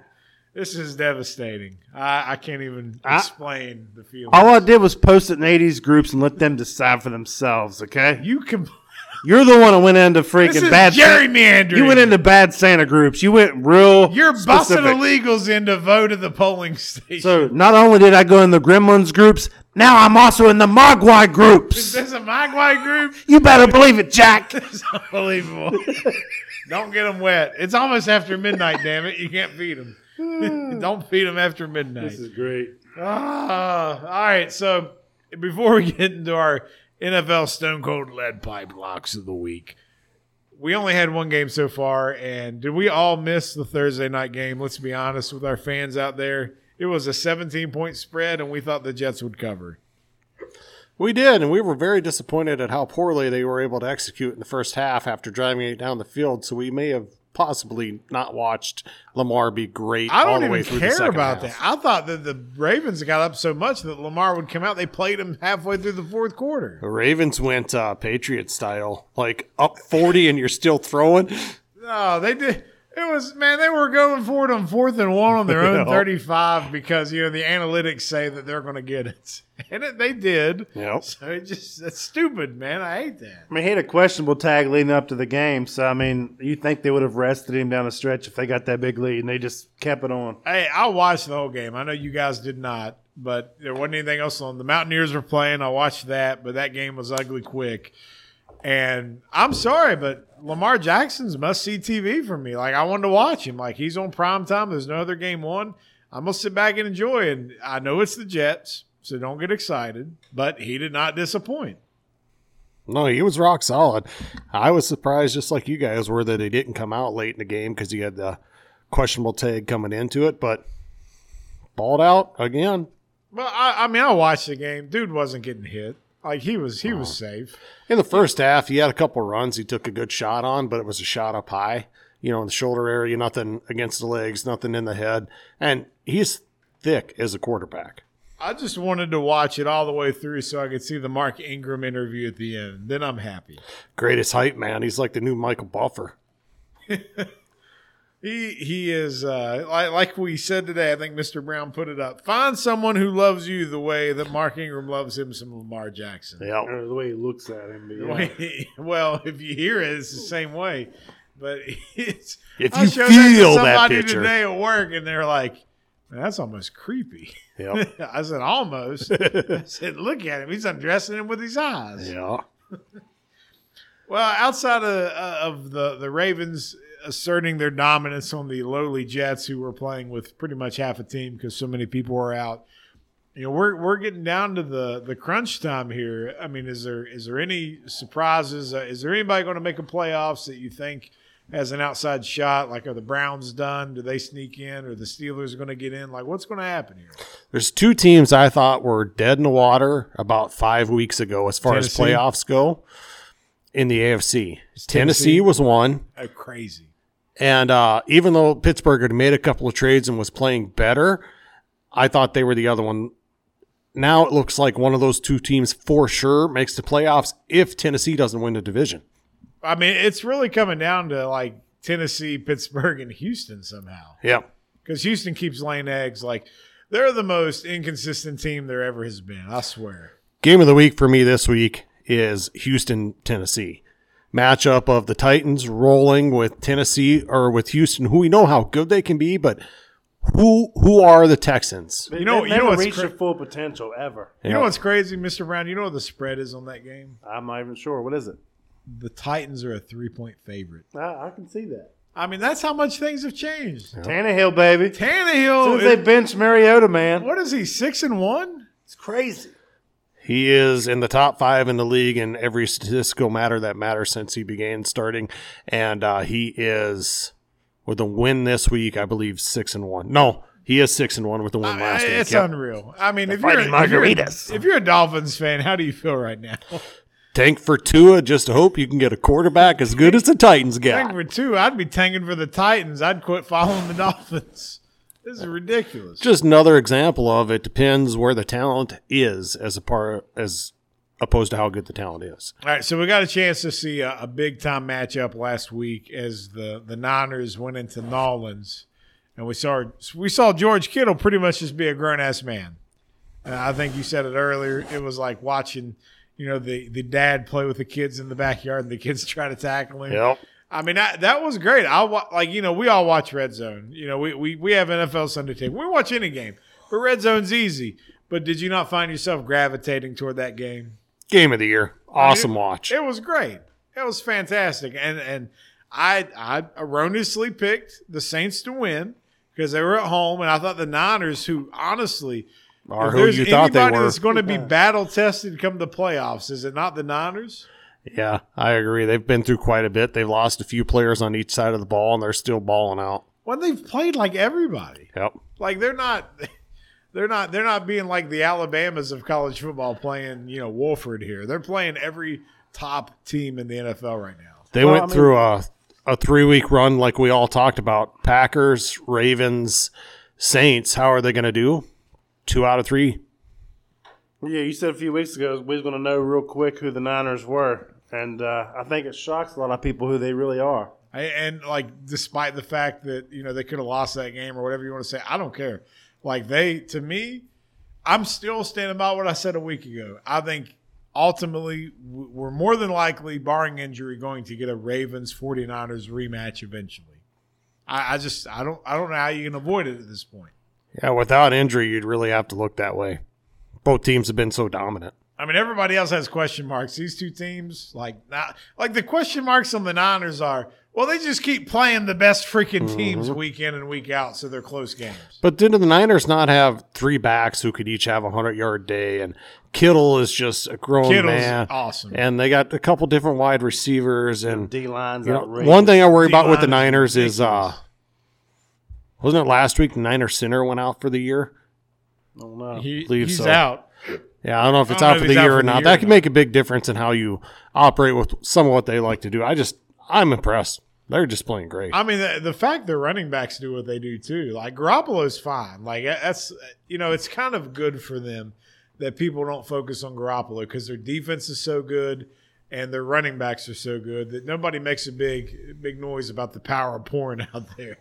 Speaker 1: This is devastating. I, I can't even
Speaker 2: I-
Speaker 1: explain the feeling.
Speaker 2: All I did was post it in 80s groups and let them decide for themselves, okay?
Speaker 1: you can.
Speaker 2: You're the one that went into freaking
Speaker 1: This is
Speaker 2: bad
Speaker 1: gerrymandering.
Speaker 2: You went into bad Santa groups. You went real
Speaker 1: You're busting
Speaker 2: specific.
Speaker 1: illegals in to vote at the polling station.
Speaker 2: So not only did I go in the Gremlins groups, now I'm also in the Mogwai
Speaker 1: Is
Speaker 2: groups.
Speaker 1: this a Magwai group?
Speaker 2: You better believe it, Jack.
Speaker 1: It's unbelievable. Don't get them wet. It's almost after midnight, damn it. You can't feed them. Don't feed them after midnight.
Speaker 2: great.
Speaker 1: Ah, all right. So before we get into our NFL Stone Cold Lead Pipe Locks of the Week, we only had one game so far. And did we all miss the Thursday night game? Let's be honest with our fans out there. It was a 17 point spread, and we thought the Jets would cover.
Speaker 3: We did, and we were very disappointed at how poorly they were able to execute in the first half after driving it down the field. So we may have possibly not watched Lamar be great
Speaker 1: I
Speaker 3: all
Speaker 1: don't
Speaker 3: the way
Speaker 1: even
Speaker 3: through the
Speaker 1: care
Speaker 3: second
Speaker 1: about that.
Speaker 3: half.
Speaker 1: I thought that the Ravens got up so much that Lamar would come out. They played him halfway through the fourth quarter.
Speaker 3: The Ravens went uh, Patriot style, like up 40 and you're still throwing.
Speaker 1: No, Oh, they did. It was man. They were going for it on fourth and one on their own
Speaker 3: Yeah.
Speaker 1: thirty-five because you know the analytics say that they're going to get it, and it, they did.
Speaker 3: Yep.
Speaker 1: So it just that's stupid, man. I hate that.
Speaker 2: I mean, he had a questionable tag leading up to the game, so I mean, you think they would have rested him down the stretch if they got that big lead, and they just kept it on.
Speaker 1: Hey, I watched the whole game. I know you guys did not, but there wasn't anything else on. The Mountaineers were playing. I watched that, but that game was ugly quick. And I'm sorry, but Lamar Jackson's must see TV for me. Like I wanted to watch him. Like he's on prime time. There's no other game on. I'm gonna sit back and enjoy. And I know it's the Jets, so don't get excited. But he did not disappoint.
Speaker 3: No, he was rock solid. I was surprised, just like you guys were, that he didn't come out late in the game because he had the questionable tag coming into it, but balled out again.
Speaker 1: Well, I, I mean, I watched the game. Dude wasn't getting hit. Like he was, he was safe.
Speaker 3: In the first half, he had a couple runs he took a good shot on, but it was a shot up high, you know, in the shoulder area, nothing against the legs, nothing in the head. And he's thick as a quarterback.
Speaker 1: I just wanted to watch it all the way through so I could see the Mark Ingram interview at the end. Then I'm happy.
Speaker 3: Greatest hype man. He's like the new Michael Buffer.
Speaker 1: He he is uh, like like we said today. I think Mr. Brown put it up. Find someone who loves you the way that Mark Ingram loves him. Some Lamar Jackson.
Speaker 3: Yeah.
Speaker 2: Or Uh, the way he looks at him. but
Speaker 1: The
Speaker 2: yeah.
Speaker 1: way- well, if you hear it, it's the same way. But it's
Speaker 3: If
Speaker 1: I
Speaker 3: you
Speaker 1: showed that to
Speaker 3: feel that
Speaker 1: somebody
Speaker 3: picture.
Speaker 1: today at work, and they're like, "Man, "That's almost creepy."
Speaker 3: Yeah.
Speaker 1: I said, "Almost." I said, "Look at him. He's undressing him with his eyes."
Speaker 3: yeah.
Speaker 1: Well, outside of, uh, of the, the Ravens asserting their dominance on the lowly Jets, who were playing with pretty much half a team because so many people were out, you know, we're, we're getting down to the, the crunch time here. I mean, is there is there any surprises? Uh, is there anybody going to make a playoffs that you think has an outside shot? Like, are the Browns done? Do they sneak in? Are the Steelers going to get in? Like, what's going to happen here?
Speaker 3: There's two teams I thought were dead in the water about five weeks ago as far
Speaker 1: Tennessee?
Speaker 3: as playoffs go in the AFC. Tennessee,
Speaker 1: Tennessee?
Speaker 3: was one.
Speaker 1: Oh, crazy.
Speaker 3: And uh, even though Pittsburgh had made a couple of trades and was playing better, I thought they were the other one. Now it looks like one of those two teams for sure makes the playoffs if Tennessee doesn't win the division.
Speaker 1: I mean, it's really coming down to like Tennessee, Pittsburgh, and Houston somehow.
Speaker 3: Yeah.
Speaker 1: because Houston keeps laying eggs. Like they're the most inconsistent team there ever has been. I swear.
Speaker 3: Game of the week for me this week is Houston, Tennessee. matchup of the Titans rolling with Tennessee or with Houston, who we know how good they can be, but who who are the Texans?
Speaker 1: You know- you
Speaker 2: They
Speaker 1: know
Speaker 2: never
Speaker 1: what's
Speaker 2: reached
Speaker 1: cra-
Speaker 2: their full potential ever.
Speaker 1: You know what's crazy, Mr. Brown? You know what the spread is on that game?
Speaker 2: I'm not even sure. What is it?
Speaker 1: The Titans are a three point favorite.
Speaker 2: I, I can see that.
Speaker 1: I mean, that's how much things have changed.
Speaker 2: Tannehill, baby. As soon
Speaker 1: Tannehill,
Speaker 2: as they
Speaker 1: is-
Speaker 2: bench Mariota, man,
Speaker 1: what is he, six and one?
Speaker 2: it's crazy.
Speaker 3: He is in the top five in the league in every statistical matter that matters since he began starting, and uh, he is with a win this week. I believe six and one. No, he is six and one with the win
Speaker 1: I-
Speaker 3: last week.
Speaker 1: Uh, it's
Speaker 3: Yep.
Speaker 1: unreal. I mean, if you're,
Speaker 2: fighting
Speaker 1: if, you're,
Speaker 2: margaritas.
Speaker 1: if you're a Dolphins fan, how do you feel right now?
Speaker 3: Tank for Tua. Just hope you can get a quarterback as good as the Titans
Speaker 1: Tanking
Speaker 3: got.
Speaker 1: for two, I'd be tanking for the Titans. I'd quit following the Dolphins. This is ridiculous.
Speaker 3: Just another example of it depends where the talent is as a part as opposed to how good the talent is.
Speaker 1: All right, so we got a chance to see a, a big time matchup last week as the the Niners went into Nolans, and we saw we saw George Kittle pretty much just be a grown ass man. Uh, I think you said it earlier. It was like watching, you know, the the dad play with the kids in the backyard, and the kids try to tackle him.
Speaker 3: Yep.
Speaker 1: I mean, that, that was great. I wa- like, you know, we all watch Red Zone. You know, we, we, we have NFL Sunday Table. We watch any game, but Red Zone's easy. But did you not find yourself gravitating toward that game?
Speaker 3: Game of the year. Awesome watch.
Speaker 1: It was great. It was fantastic. And and I I erroneously picked the Saints to win because they were at home, and I thought the Niners, who honestly
Speaker 3: Or
Speaker 1: if
Speaker 3: who
Speaker 1: there's
Speaker 3: you thought they
Speaker 1: anybody
Speaker 3: were.
Speaker 1: that's going to be battle tested come the playoffs, is it not the Niners?
Speaker 3: Yeah, I agree. They've been through quite a bit. They've lost a few players on each side of the ball, and they're still balling out.
Speaker 1: Well, they've played like everybody.
Speaker 3: Yep.
Speaker 1: like they're not they're not they're not being like the alabamas of college football playing you know wolford here they're playing every top team in the nfl right now
Speaker 3: They
Speaker 2: Well,
Speaker 3: went
Speaker 2: I mean-
Speaker 3: through a a three week run like we all talked about. Packers, Ravens, Saints. How are they going to do? Two out of three.
Speaker 2: Yeah, you said a few weeks ago we was going to know real quick who the Niners were, and uh, I think it shocks a lot of people who they really are.
Speaker 1: I, and like despite the fact that you know they could have lost that game or whatever you want to say i don't care like they to me i'm still standing by what i said a week ago i think ultimately w- we're more than likely barring injury going to get a ravens 49ers rematch eventually I, I just i don't i don't know how you can avoid it at this point
Speaker 3: Yeah, without injury, you'd really have to look that way. Both teams have been so dominant.
Speaker 1: I mean, everybody else has question marks. These two teams, like not like the question marks on the Niners are, well, they just keep playing the best freaking teams week in and week out, so they're close games.
Speaker 3: But did the Niners not have three backs who could each have a hundred yard day? And Kittle is just a grown
Speaker 1: Kittle's
Speaker 3: man.
Speaker 1: awesome.
Speaker 3: And they got a couple different wide receivers and
Speaker 2: D lines
Speaker 3: You know,
Speaker 2: outrageous.
Speaker 3: one thing I worry about with the
Speaker 1: D-line is
Speaker 3: Niners is uh
Speaker 1: ridiculous.
Speaker 3: wasn't it last week the Niner center went out for the year?
Speaker 2: I don't know.
Speaker 1: He,
Speaker 3: believe
Speaker 1: he's
Speaker 3: so.
Speaker 1: out.
Speaker 3: Yeah, I don't know if
Speaker 1: I
Speaker 3: it's
Speaker 1: don't know
Speaker 3: out
Speaker 1: if
Speaker 3: for
Speaker 1: he's
Speaker 3: the
Speaker 1: out
Speaker 3: year
Speaker 1: for the
Speaker 3: or not.
Speaker 1: year or
Speaker 3: that can
Speaker 1: not.
Speaker 3: make a big difference in how you operate with some of what they like to do. I just I'm impressed. They're just playing great.
Speaker 1: I mean, the, the fact their running backs do what they do too, like Garoppolo's fine. Like that's you know, it's kind of good for them that people don't focus on Garoppolo because their defense is so good and their running backs are so good that nobody makes a big big noise about the power pouring out there.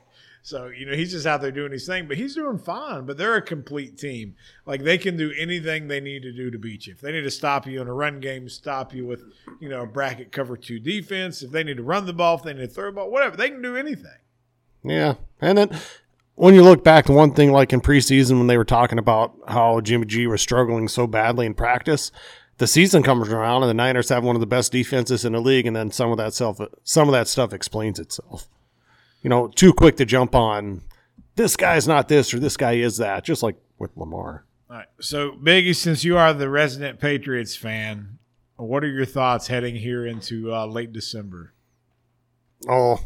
Speaker 1: So you know, he's just out there doing his thing, but he's doing fine. But they're a complete team. Like they can do anything they need to do to beat you. If they need to stop you in a run game, stop you with you know a bracket cover two defense. If they need to run the ball, if they need to throw the ball, whatever, they can do anything.
Speaker 3: Yeah. And then when you look back to one thing like in preseason when they were talking about how Jimmy G was struggling so badly in practice, the season comes around and the Niners have one of the best defenses in the league and then some of that self some of that stuff explains itself. You know, too quick to jump on this guy's not this or this guy is that, just like with Lamar.
Speaker 1: All right. So Biggie, since you are the resident Patriots fan, what are your thoughts heading here into uh, late December?
Speaker 3: Oh,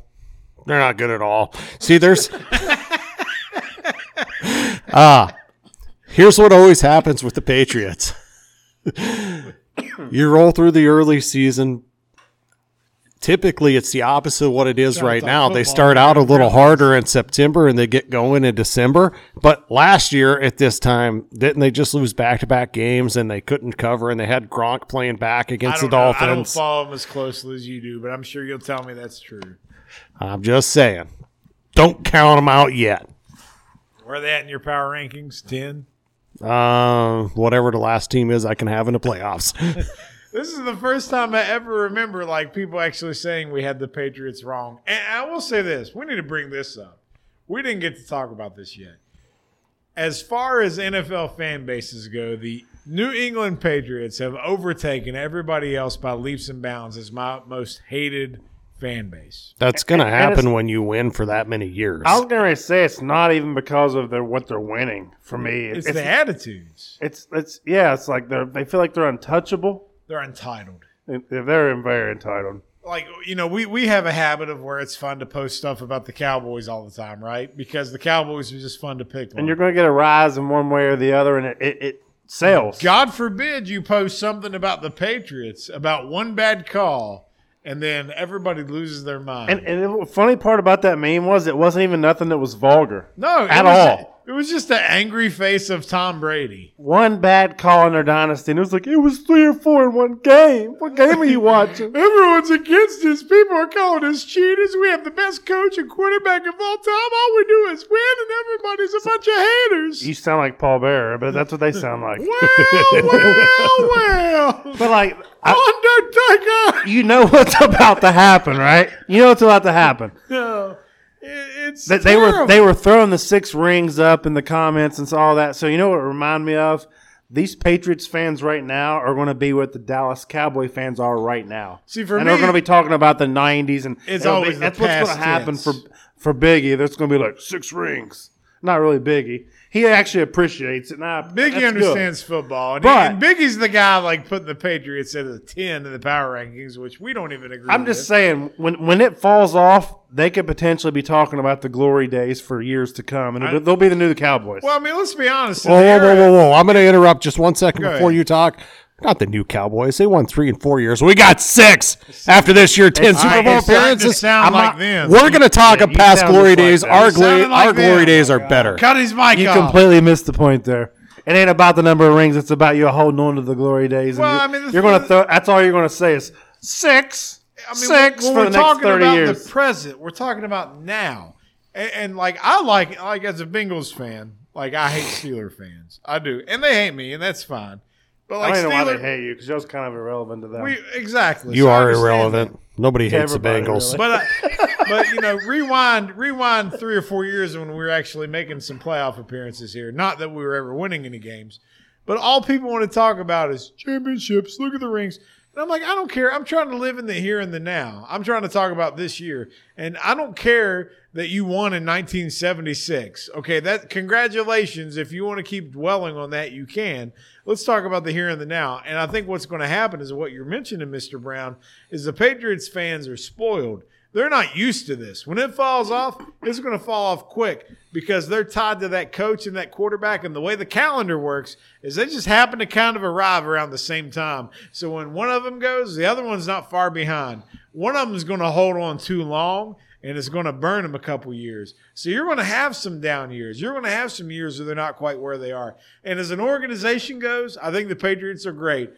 Speaker 3: they're not good at all. See, there's ah. here's what always happens with the Patriots. you roll through the early season. Typically, it's the opposite of what it is right
Speaker 1: talk
Speaker 3: now. They
Speaker 1: football,
Speaker 3: start
Speaker 1: we're
Speaker 3: out a
Speaker 1: gonna
Speaker 3: little
Speaker 1: grab this.
Speaker 3: harder in September and they get going in December. But last year at this time, didn't they just lose back to back games and they couldn't cover and they had Gronk playing back against the
Speaker 1: I don't know. I don't
Speaker 3: Dolphins?
Speaker 1: follow them as closely as you do, but I'm sure you'll tell me that's true.
Speaker 3: I'm just saying, don't count them out yet.
Speaker 1: Where are they at in your power rankings? Ten.
Speaker 3: Uh, whatever the last team is I can have in the playoffs.
Speaker 1: This is the first time I ever remember like people actually saying we had the Patriots wrong. And I will say this, we need to bring this up. We didn't get to talk about this yet. As far as NFL fan bases go, the New England Patriots have overtaken everybody else by leaps and bounds as my most hated fan base.
Speaker 3: That's going to
Speaker 2: it's-
Speaker 3: happen when you win for that many years.
Speaker 2: I was gonna say it's not even because of their what they're winning for me.
Speaker 1: It's,
Speaker 2: It's
Speaker 1: the attitudes.
Speaker 2: it's, it's yeah. It's like they they feel like they're untouchable.
Speaker 1: They're entitled.
Speaker 2: They- They're very entitled.
Speaker 1: like you know we we have a habit of where it's fun to post stuff about the Cowboys all the time, right? Because the Cowboys are just fun to pick on.
Speaker 2: and you're going to get a rise in one way or the other, and it, it, it sells.
Speaker 1: God forbid you post something about the Patriots about one bad call and then everybody loses their mind.
Speaker 2: And, and the funny part about that meme was it wasn't even nothing that was vulgar.
Speaker 1: no, it
Speaker 2: at
Speaker 1: was-
Speaker 2: all.
Speaker 1: It was just the angry face of Tom Brady.
Speaker 2: One bad call in their dynasty, and it was like, it was three or four in one game. What game are you watching?
Speaker 1: Everyone's against us. People are calling us cheaters. We have the best coach and quarterback of all time. All we do is win, and everybody's a bunch of haters.
Speaker 2: you sound like Paul Bearer, but that's what they sound like.
Speaker 1: well, well, well.
Speaker 2: But like, I,
Speaker 1: Undertaker.
Speaker 2: you know what's about to happen, right? You know what's about to happen.
Speaker 1: No, it, it's
Speaker 2: They, they were
Speaker 1: terrible.
Speaker 2: they were throwing the six rings up in the comments and all that. So you know what it reminded me of? These Patriots fans right now are going to be what the Dallas Cowboy fans are right now.
Speaker 1: See, for
Speaker 2: and
Speaker 1: me-
Speaker 2: they're going to be talking about the '90s and
Speaker 1: It's
Speaker 2: it'll be-
Speaker 1: always the
Speaker 2: that's what's
Speaker 1: past
Speaker 2: going to happen for
Speaker 1: tense.
Speaker 2: for Biggie. There's going to be like six rings. Not really Biggie. He actually appreciates it. And I, that's
Speaker 1: Biggie
Speaker 2: good.
Speaker 1: understands football, and,
Speaker 2: But-
Speaker 1: and Biggie's the guy like putting the Patriots at a ten in the power rankings, which we don't even agree.
Speaker 2: I'm
Speaker 1: with.
Speaker 2: just saying when when it falls off, they could potentially be talking about the glory days for years to come, and it'll- they'll be the new Cowboys.
Speaker 1: Well, I mean, let's be honest. in
Speaker 3: whoa,
Speaker 1: the
Speaker 3: whoa,
Speaker 1: era-
Speaker 3: whoa, whoa, whoa. I'm going to interrupt just one second
Speaker 1: Go
Speaker 3: before
Speaker 1: ahead.
Speaker 3: you talk. Not the new Cowboys. They won three and four years. We got six after this year, 10 Super
Speaker 2: alright,
Speaker 3: Bowl
Speaker 2: it's starting
Speaker 1: to
Speaker 3: appearances.
Speaker 1: sound like
Speaker 3: not-
Speaker 1: them.
Speaker 3: We're going to talk
Speaker 2: Yeah,
Speaker 3: of
Speaker 2: you
Speaker 3: past
Speaker 2: sounded
Speaker 3: glory
Speaker 2: like
Speaker 3: days.
Speaker 2: them.
Speaker 3: Our,
Speaker 2: You
Speaker 3: glory,
Speaker 1: sounded like
Speaker 3: our glory
Speaker 1: them.
Speaker 3: days are better.
Speaker 1: Cut his mic
Speaker 2: You
Speaker 1: off.
Speaker 2: completely missed the point there. It ain't about the number of rings; it's about you holding on to the glory days. and
Speaker 1: Well,
Speaker 2: you're,
Speaker 1: I mean, the thing
Speaker 2: you're going to
Speaker 1: is-
Speaker 2: throw. That's all you're going to say is six,
Speaker 1: I mean,
Speaker 2: six
Speaker 1: when
Speaker 2: for
Speaker 1: we're
Speaker 2: the next
Speaker 1: talking
Speaker 2: thirty
Speaker 1: about
Speaker 2: years.
Speaker 1: the present, we're talking about now, and, and like I like like as a Bengals fan, like I hate Steeler fans, I do, and they hate me, and that's fine. But like
Speaker 2: I don't know why
Speaker 1: Steeler,
Speaker 2: they hate you because you was kind of irrelevant to them.
Speaker 1: we exactly
Speaker 3: You
Speaker 1: so I
Speaker 3: are
Speaker 1: understand that.
Speaker 3: irrelevant. Nobody hates the
Speaker 2: Everybody,
Speaker 3: Bengals.
Speaker 2: really.
Speaker 1: But I, but you know, rewind rewind three or four years when we were actually making some playoff appearances here. Not that we were ever winning any games, but all people want to talk about is championships. Look at the rings. And I'm like, I don't care. I'm trying to live in the here and the now. I'm trying to talk about this year, and I don't care that you won in 1976. Okay, that congratulations. If you want to keep dwelling on that, you can. Let's talk about the here and the now. And I think what's going to happen is what you're mentioning, Mr. Brown, is the Patriots fans are spoiled. They're not used to this. When it falls off, it's going to fall off quick because they're tied to that coach and that quarterback. And the way the calendar works is they just happen to kind of arrive around the same time. So when one of them goes, the other one's not far behind. One of them is going to hold on too long and it's going to burn them a couple years. So you're going to have some down years. You're going to have some years where they're not quite where they are. And as an organization goes, I think the Patriots are great.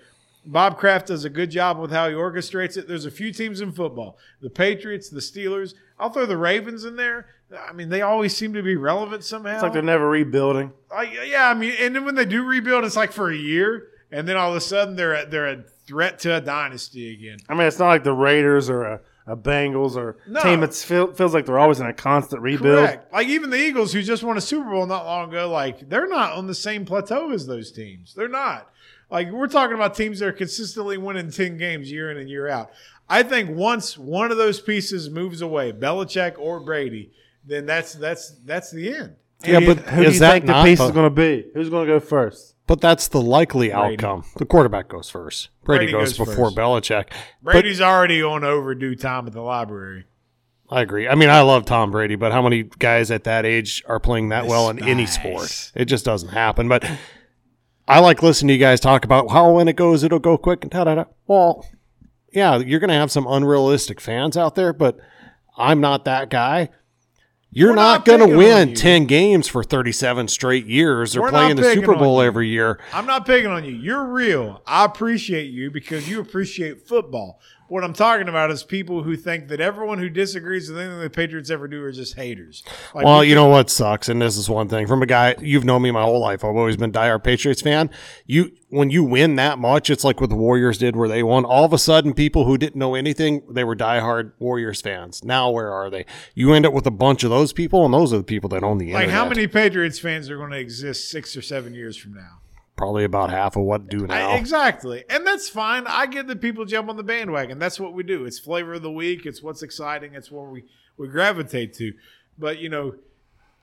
Speaker 1: Bob Kraft does a good job with how he orchestrates it. There's a few teams in football the Patriots, the Steelers. I'll throw the Ravens in there. I mean, they always seem to be relevant somehow.
Speaker 2: it's like they're never rebuilding.
Speaker 1: Like, yeah, I mean, and then when they do rebuild, it's like for a year, and then all of a sudden they're a, they're a threat to a dynasty again.
Speaker 2: I mean, it's not like the Raiders or a, a Bengals or
Speaker 1: No.
Speaker 2: team. It feel, feels like they're always in a constant rebuild.
Speaker 1: Correct. Like even the Eagles, who just won a Super Bowl not long ago, like they're not on the same plateau as those teams. They're not. Like we're talking about teams that are consistently winning ten games year in and year out. I think once one of those pieces moves away, Belichick or Brady, then that's that's that's the end.
Speaker 3: Yeah,
Speaker 2: Who do you-
Speaker 3: but
Speaker 2: who do
Speaker 3: is
Speaker 2: you
Speaker 3: that
Speaker 2: think the
Speaker 3: not
Speaker 2: piece
Speaker 3: the-
Speaker 2: is going to be? Who's going to go first?
Speaker 3: But that's the likely
Speaker 1: Brady.
Speaker 3: outcome. The quarterback goes first. Brady,
Speaker 1: Brady
Speaker 3: goes,
Speaker 1: goes
Speaker 3: before
Speaker 1: first.
Speaker 3: Belichick.
Speaker 1: Brady's already on overdue time at the library.
Speaker 3: I agree. I mean, I love Tom Brady, but how many guys at that age are playing that well in any
Speaker 1: Nice.
Speaker 3: sport? It just doesn't happen. But I like listening to you guys talk about how when it goes, it'll go quick and da da da. Well, yeah, you're going to have some unrealistic fans out there, but I'm not that guy. You're
Speaker 1: We're
Speaker 3: not,
Speaker 1: not
Speaker 3: going
Speaker 1: picking
Speaker 3: to
Speaker 1: on
Speaker 3: win
Speaker 1: you.
Speaker 3: 10 games for 37 straight years or
Speaker 1: We're not
Speaker 3: playing the
Speaker 1: picking
Speaker 3: Super
Speaker 1: on
Speaker 3: Bowl
Speaker 1: you.
Speaker 3: every year.
Speaker 1: I'm not picking on you. You're real. I appreciate you because you appreciate football. What I'm talking about is people who think that everyone who disagrees with anything the Patriots ever do are just haters. Like,
Speaker 3: Well, you know what sucks, and this is one thing from a guy you've known me my whole life. I've always been diehard Patriots fan. You when you win that much, it's like what the Warriors did, where they won. All of a sudden, people who didn't know anything, they were diehard Warriors fans. Now where are they? You end up with a bunch of those people, and those are the people that own the
Speaker 1: like how
Speaker 3: internet.
Speaker 1: many Patriots fans are going to exist six or seven years from now?
Speaker 3: Probably about half of what do now.
Speaker 1: I, exactly. And that's fine. I get that people jump on the bandwagon. That's what we do. It's flavor of the week. It's what's exciting. It's what we, we gravitate to. But, you know,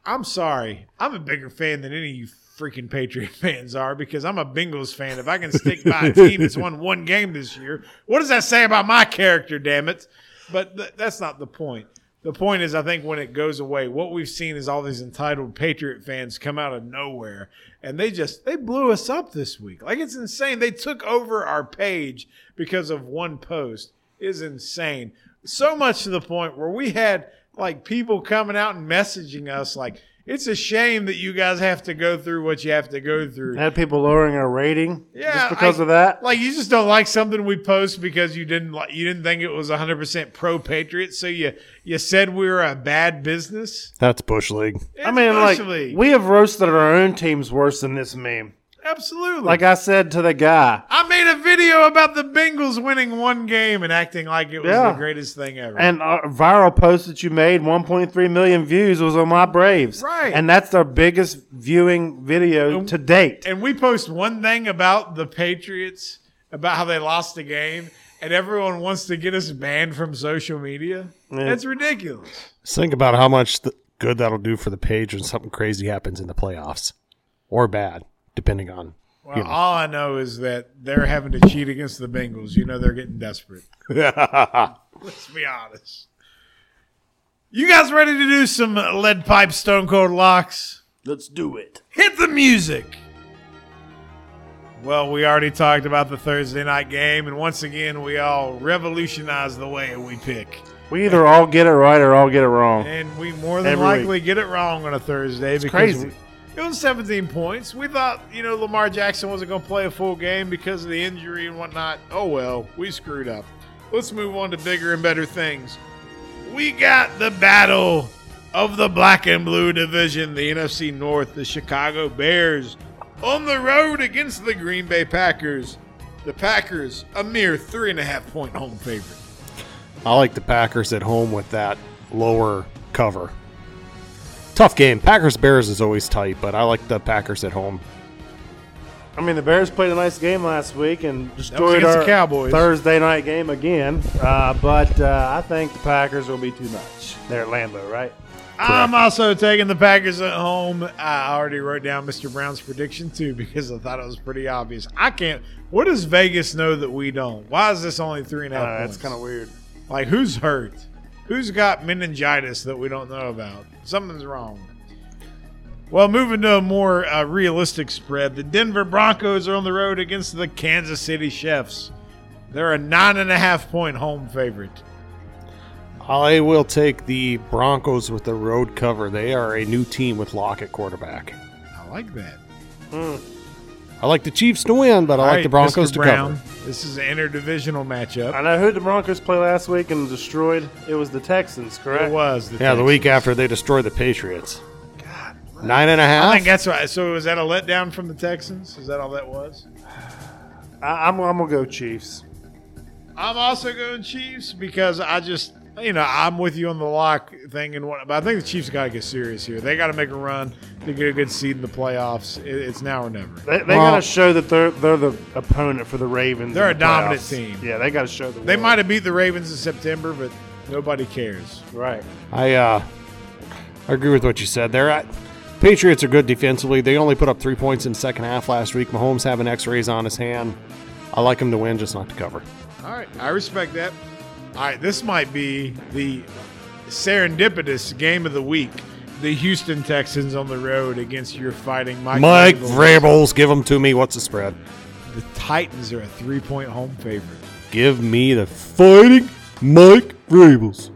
Speaker 1: I'm sorry. I'm a bigger fan than any of you freaking Patriot fans are because I'm a Bengals fan. If I can stick by a team that's won one game this year, what does that say about my character, damn it? But th- that's not the point. The point is, I think when it goes away, what we've seen is all these entitled Patriot fans come out of nowhere and they just they blew us up this week. Like it's insane. They took over our page because of one post. It Is insane. So much to the point where we had like people coming out and messaging us like it's a shame that you guys have to go through what you have to go through.
Speaker 2: Had people lowering our rating
Speaker 1: Yeah,
Speaker 2: just because
Speaker 1: I-
Speaker 2: of that.
Speaker 1: Like you just don't like something we post because you didn't like you didn't think it was 100% pro patriot, so you you said we were a bad business.
Speaker 3: That's bush league.
Speaker 2: I mean, like
Speaker 1: Especially-
Speaker 2: we have roasted our own teams worse than this meme.
Speaker 1: absolutely.
Speaker 2: Like I said to the guy,
Speaker 1: I made a video about the Bengals winning one game and acting like it was
Speaker 2: Yeah.
Speaker 1: the greatest thing ever.
Speaker 2: and our viral post that you made, 1.3 million views, was on my Braves.
Speaker 1: Right.
Speaker 2: and that's our biggest viewing video to date.
Speaker 1: and we post one thing about the Patriots, about how they lost the game, and everyone wants to get us banned from social media. That's ridiculous.
Speaker 3: Just Think about how much th- good that'll do for the page when something crazy happens in the playoffs, or bad, depending on.
Speaker 1: Well, all I know is that they're having to cheat against the Bengals. You know they're getting desperate. Let's be honest. You guys ready to do some lead pipe stone cold locks?
Speaker 2: Let's do it.
Speaker 1: Hit the music. Well, we already talked about the Thursday night game, and once again, we all revolutionized the way we pick.
Speaker 2: We either all get it right or all get it wrong.
Speaker 1: And we more than
Speaker 2: Every
Speaker 1: likely get it wrong on a Thursday because
Speaker 2: crazy.
Speaker 1: we- it was 17 points. We thought, you know, Lamar Jackson wasn't going to play a full game because of the injury and whatnot. Oh, well, we screwed up. Let's move on to bigger and better things. We got the battle of the black and blue division, the NFC North, the Chicago Bears on the road against the Green Bay Packers. The Packers, a mere three and a half point home favorite.
Speaker 3: I like the Packers at home with that lower cover. Tough game. Packers Bears is always tight, but I like the Packers at home.
Speaker 2: I mean, the Bears played a nice game last week and destroyed
Speaker 1: against
Speaker 2: our
Speaker 1: the Cowboys.
Speaker 2: Thursday night game again. Uh, but uh, I think the Packers will be too much. They're at Lambeau, right?
Speaker 1: I'm also taking the Packers at home. I already wrote down Mr. Brown's prediction too because I thought it was pretty obvious. I can't. What does Vegas know that we don't? Why is this only three and a half?
Speaker 2: Uh, that's
Speaker 1: points?
Speaker 2: kind of weird.
Speaker 1: Like, who's hurt? Who's got meningitis that we don't know about? Something's wrong. Well, moving to a more uh, realistic spread, the Denver Broncos are on the road against the Kansas City Chiefs. They're a nine and a half point home favorite.
Speaker 3: I will take the Broncos with the road cover. They are a new team with Lockett quarterback.
Speaker 1: I like that.
Speaker 3: I like the Chiefs to win, but I
Speaker 1: All
Speaker 3: like
Speaker 1: right,
Speaker 3: the Broncos
Speaker 1: Mr.
Speaker 3: to
Speaker 1: Brown,
Speaker 3: cover.
Speaker 1: This is an interdivisional matchup.
Speaker 2: I know who the Broncos played last week and destroyed. It was the Texans,
Speaker 1: It
Speaker 2: correct?
Speaker 1: was.
Speaker 3: Yeah, the
Speaker 1: Texans.
Speaker 3: week after they destroy the Patriots. God, nine and a half.
Speaker 1: I think that's right. So was that a letdown from the Texans? Is that all that was?
Speaker 2: I, I'm, I'm gonna go Chiefs.
Speaker 1: I'm also going Chiefs because I just, you know, I'm with you on the lock thing and what. But I think the Chiefs got to get serious here. They got to make a run to get a good seed in the playoffs. It, it's now or never.
Speaker 2: They, they
Speaker 3: Well-
Speaker 2: got to show that they're they're the opponent for the Ravens.
Speaker 1: They're
Speaker 2: in
Speaker 1: a
Speaker 2: the
Speaker 1: dominant
Speaker 2: playoffs.
Speaker 1: team.
Speaker 2: Yeah, they got to show the.
Speaker 1: They
Speaker 2: world.
Speaker 1: might have beat the Ravens in September, but nobody cares.
Speaker 2: right.
Speaker 3: I uh, I agree with what you said there. I, Patriots are good defensively. They only put up three points in the second half last week. Mahomes having X-rays on his hand. I like him to win, just not to cover.
Speaker 1: All right, I respect that. All right, this might be the serendipitous game of the week. The Houston Texans on the road against your fighting Mike.
Speaker 3: Mike
Speaker 1: Vrabel.
Speaker 3: Vrabels, give them to me. What's the spread?
Speaker 1: The Titans are a three-point home favorite.
Speaker 3: Give me the fighting Mike Vrabels.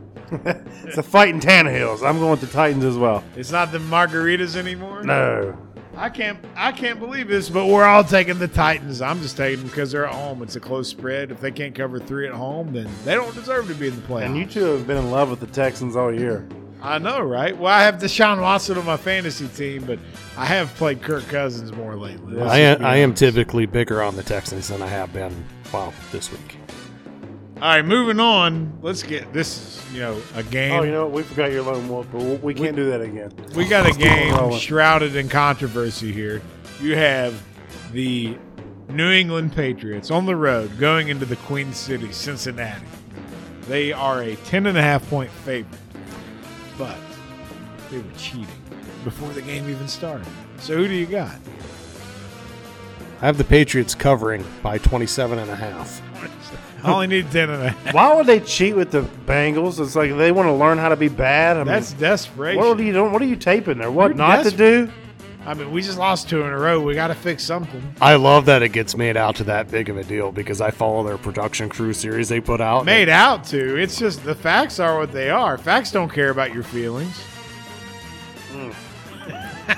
Speaker 2: It's a fight in Tannehills. I'm going with the Titans as well.
Speaker 1: It's not the margaritas anymore.
Speaker 2: No,
Speaker 1: I can't I can't believe this, but we're all taking the Titans. I'm just taking them because they're at home. It's a close spread. If they can't cover three at home, then they don't deserve to be in the playoffs.
Speaker 2: And you two have been in love with the Texans all year.
Speaker 1: I know, right? Well, I have Deshaun Watson on my fantasy team, but I have played Kirk Cousins more lately. Let's
Speaker 3: I
Speaker 1: just
Speaker 3: am,
Speaker 1: be
Speaker 3: I am
Speaker 1: honest.
Speaker 3: typically bigger on the Texans than I have been. Wow, this week.
Speaker 1: All right, moving on. Let's get this. Is, you know, a game.
Speaker 2: Oh, you know what? We forgot your lone wolf, but we- we can't do that again.
Speaker 1: We got a game
Speaker 2: rolling.
Speaker 1: shrouded in controversy here. You have the New England Patriots on the road going into the Queen City, Cincinnati. They are a 10.5 point favorite, but they were cheating before the game even started. So who do you got?
Speaker 3: I have the Patriots covering by 27 and a half.
Speaker 1: I only need 10.5.
Speaker 2: Why would they cheat with the Bengals? It's like they want to learn how to be bad. I mean,
Speaker 1: That's desperation.
Speaker 2: what are you doing? What are you taping there? What
Speaker 1: You're
Speaker 2: not to do?
Speaker 1: I mean, we just lost two in a row. We got to fix something.
Speaker 3: I love that it gets made out to that big of a deal because I follow their production crew series they put out.
Speaker 1: Made out to. It's just the facts are what they are. Facts don't care about your feelings.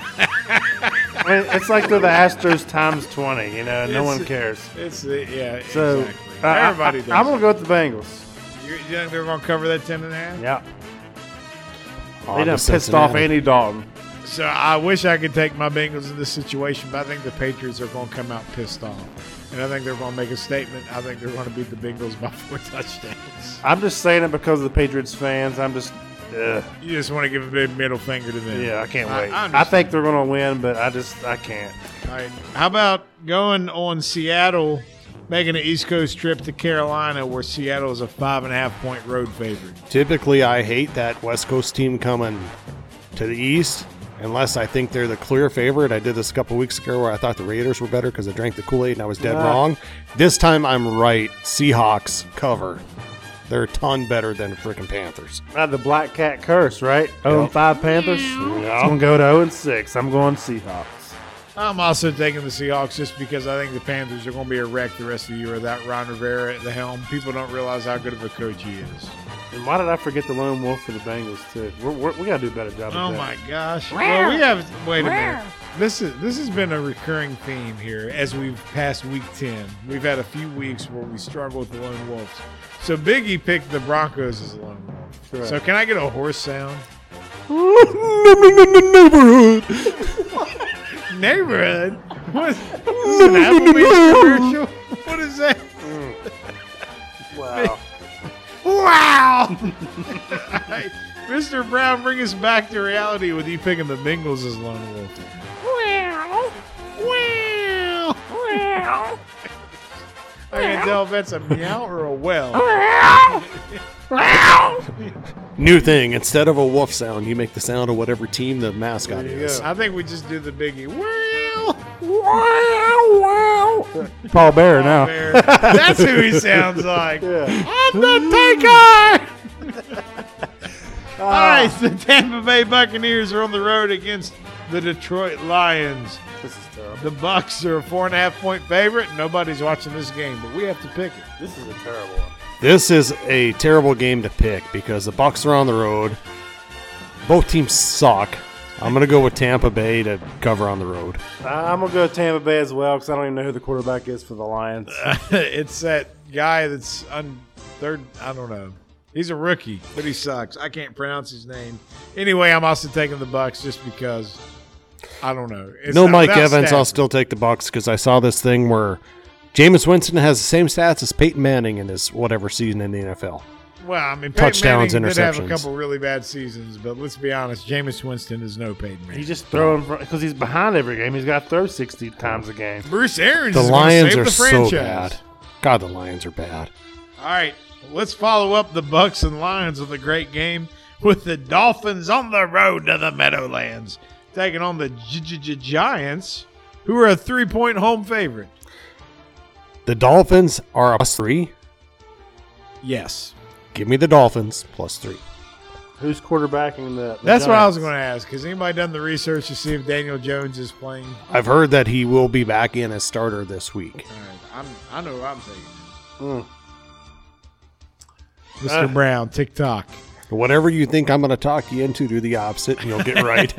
Speaker 2: I mean, it's like they're the Astros times twenty. You know, no
Speaker 1: It's-
Speaker 2: one cares.
Speaker 1: It's uh, yeah,
Speaker 2: So
Speaker 1: exactly.
Speaker 2: uh, I-
Speaker 1: Everybody
Speaker 2: I,
Speaker 1: does.
Speaker 2: I'm gonna go with the Bengals.
Speaker 1: You're, you think they're going to cover that ten and a half?
Speaker 2: Yeah,
Speaker 3: On
Speaker 2: they
Speaker 3: to
Speaker 2: done pissed off
Speaker 3: Cincinnati.
Speaker 2: Andy Dalton.
Speaker 1: So I wish I could take my Bengals in this situation, but I think the Patriots are going to come out pissed off, and I think they're going to make a statement. I think they're going to beat the Bengals by four touchdowns.
Speaker 2: I'm just saying it because of the Patriots fans. I'm just, ugh,
Speaker 1: You just want to give a big middle finger to them.
Speaker 2: yeah, I can't
Speaker 1: I-
Speaker 2: wait.
Speaker 1: I
Speaker 2: I,
Speaker 1: understand.
Speaker 2: think they're gonna win, but I just, I can't.
Speaker 1: All right. How about going on Seattle, making an East Coast trip to Carolina, where Seattle is a five and a half point road favorite?
Speaker 3: Typically, I hate that West Coast team coming to the East unless I think they're the clear favorite. I did this a couple weeks ago where I thought the Raiders were better because I drank the Kool Aid and I was dead
Speaker 2: Ah.
Speaker 3: wrong. This time I'm right. Seahawks cover. They're a ton better than the freaking Panthers.
Speaker 2: Uh, the Black Cat curse, right? 0 and 5 Panthers. I'm gonna go to 0 and 6. I'm going Seahawks.
Speaker 1: I'm also taking the Seahawks just because I think the Panthers are going to be a wreck the rest of the year without Ron Rivera at the helm. People don't realize how good of a coach he is.
Speaker 2: And why did I forget the lone wolf for the Bengals too? We're, we're, we gotta do a better job.
Speaker 1: Oh
Speaker 2: of that.
Speaker 1: my gosh! Well, we have. Wait a minute. This is this has been a recurring theme here as we've passed week ten. We've had a few weeks where we struggle with the lone wolves. So Biggie picked the Broncos as a lone wolf.
Speaker 2: Correct.
Speaker 1: So can I get a horse sound?
Speaker 3: Neighborhood.
Speaker 1: Neighborhood. What is, this is an Applebee's commercial? What is that?
Speaker 2: Wow.
Speaker 1: Wow! Hey, Mr. Brown, bring us back to reality with you picking the Bengals as lone wolf. Wow! Wow! Wow! I can't tell if that's a meow or a well.
Speaker 3: New thing. Instead of a wolf sound, you make the sound of whatever team the mascot
Speaker 2: There you
Speaker 3: is.
Speaker 2: go.
Speaker 1: I think we just do the biggie. Wow!
Speaker 2: Paul Bear now.
Speaker 1: Bear. That's who he sounds like.
Speaker 2: Yeah.
Speaker 1: I'm the taker! All right,
Speaker 2: Ah.
Speaker 1: the Tampa Bay Buccaneers are on the road against the Detroit Lions.
Speaker 2: This is terrible.
Speaker 1: The Bucks are a four and a half point favorite. Nobody's watching this game, but we have to pick it.
Speaker 2: This is a terrible one.
Speaker 3: This is a terrible game to pick because the Bucks are on the road. Both teams suck. I'm gonna go with Tampa Bay to cover on the road.
Speaker 2: I'm gonna go Tampa Bay as well because I don't even know who the quarterback is for the Lions.
Speaker 1: Uh, it's that guy that's on third. I don't know. He's a rookie, but he sucks. I can't pronounce his name. Anyway, I'm also taking the Bucks just because I don't know. It's
Speaker 3: no
Speaker 1: not-
Speaker 3: Mike
Speaker 1: without
Speaker 3: Evans, I'll
Speaker 1: Stafford.
Speaker 3: still take the Bucks because I saw this thing where Jameis Winston has the same stats as Peyton Manning in his whatever season in the NFL.
Speaker 1: Well, I mean, Peyton
Speaker 3: Touchdowns,
Speaker 1: Manning did have a
Speaker 3: interceptions.
Speaker 1: couple really bad seasons, but let's be honest, Jameis Winston is no Peyton Manning.
Speaker 2: He's just throwing because he's behind every game. He's got to throw 60 times a game.
Speaker 1: Bruce Arians.
Speaker 3: The
Speaker 1: is gonna
Speaker 3: Lions
Speaker 1: save
Speaker 3: are
Speaker 1: the
Speaker 3: so
Speaker 1: franchise.
Speaker 3: bad. God, the Lions are bad.
Speaker 1: All right, let's follow up the Bucks and Lions with a great game with the Dolphins on the road to the Meadowlands, taking on the Gi- Gi- Gi- Giants, who are a three-point home favorite.
Speaker 3: The Dolphins are a plus three.
Speaker 1: Yes,
Speaker 3: Give me the Dolphins plus three.
Speaker 2: Who's quarterbacking the? the
Speaker 1: that's what I was
Speaker 2: Giants?
Speaker 1: going to ask. Has anybody done the research to see if Daniel Jones is playing?
Speaker 3: I've heard that he will be back in as starter this week.
Speaker 1: All right, I'm, I know what I'm thinking.
Speaker 2: Mm.
Speaker 1: Mr. Brown, tick tock.
Speaker 3: Whatever you think I'm going to talk you into, do the opposite, and you'll get right.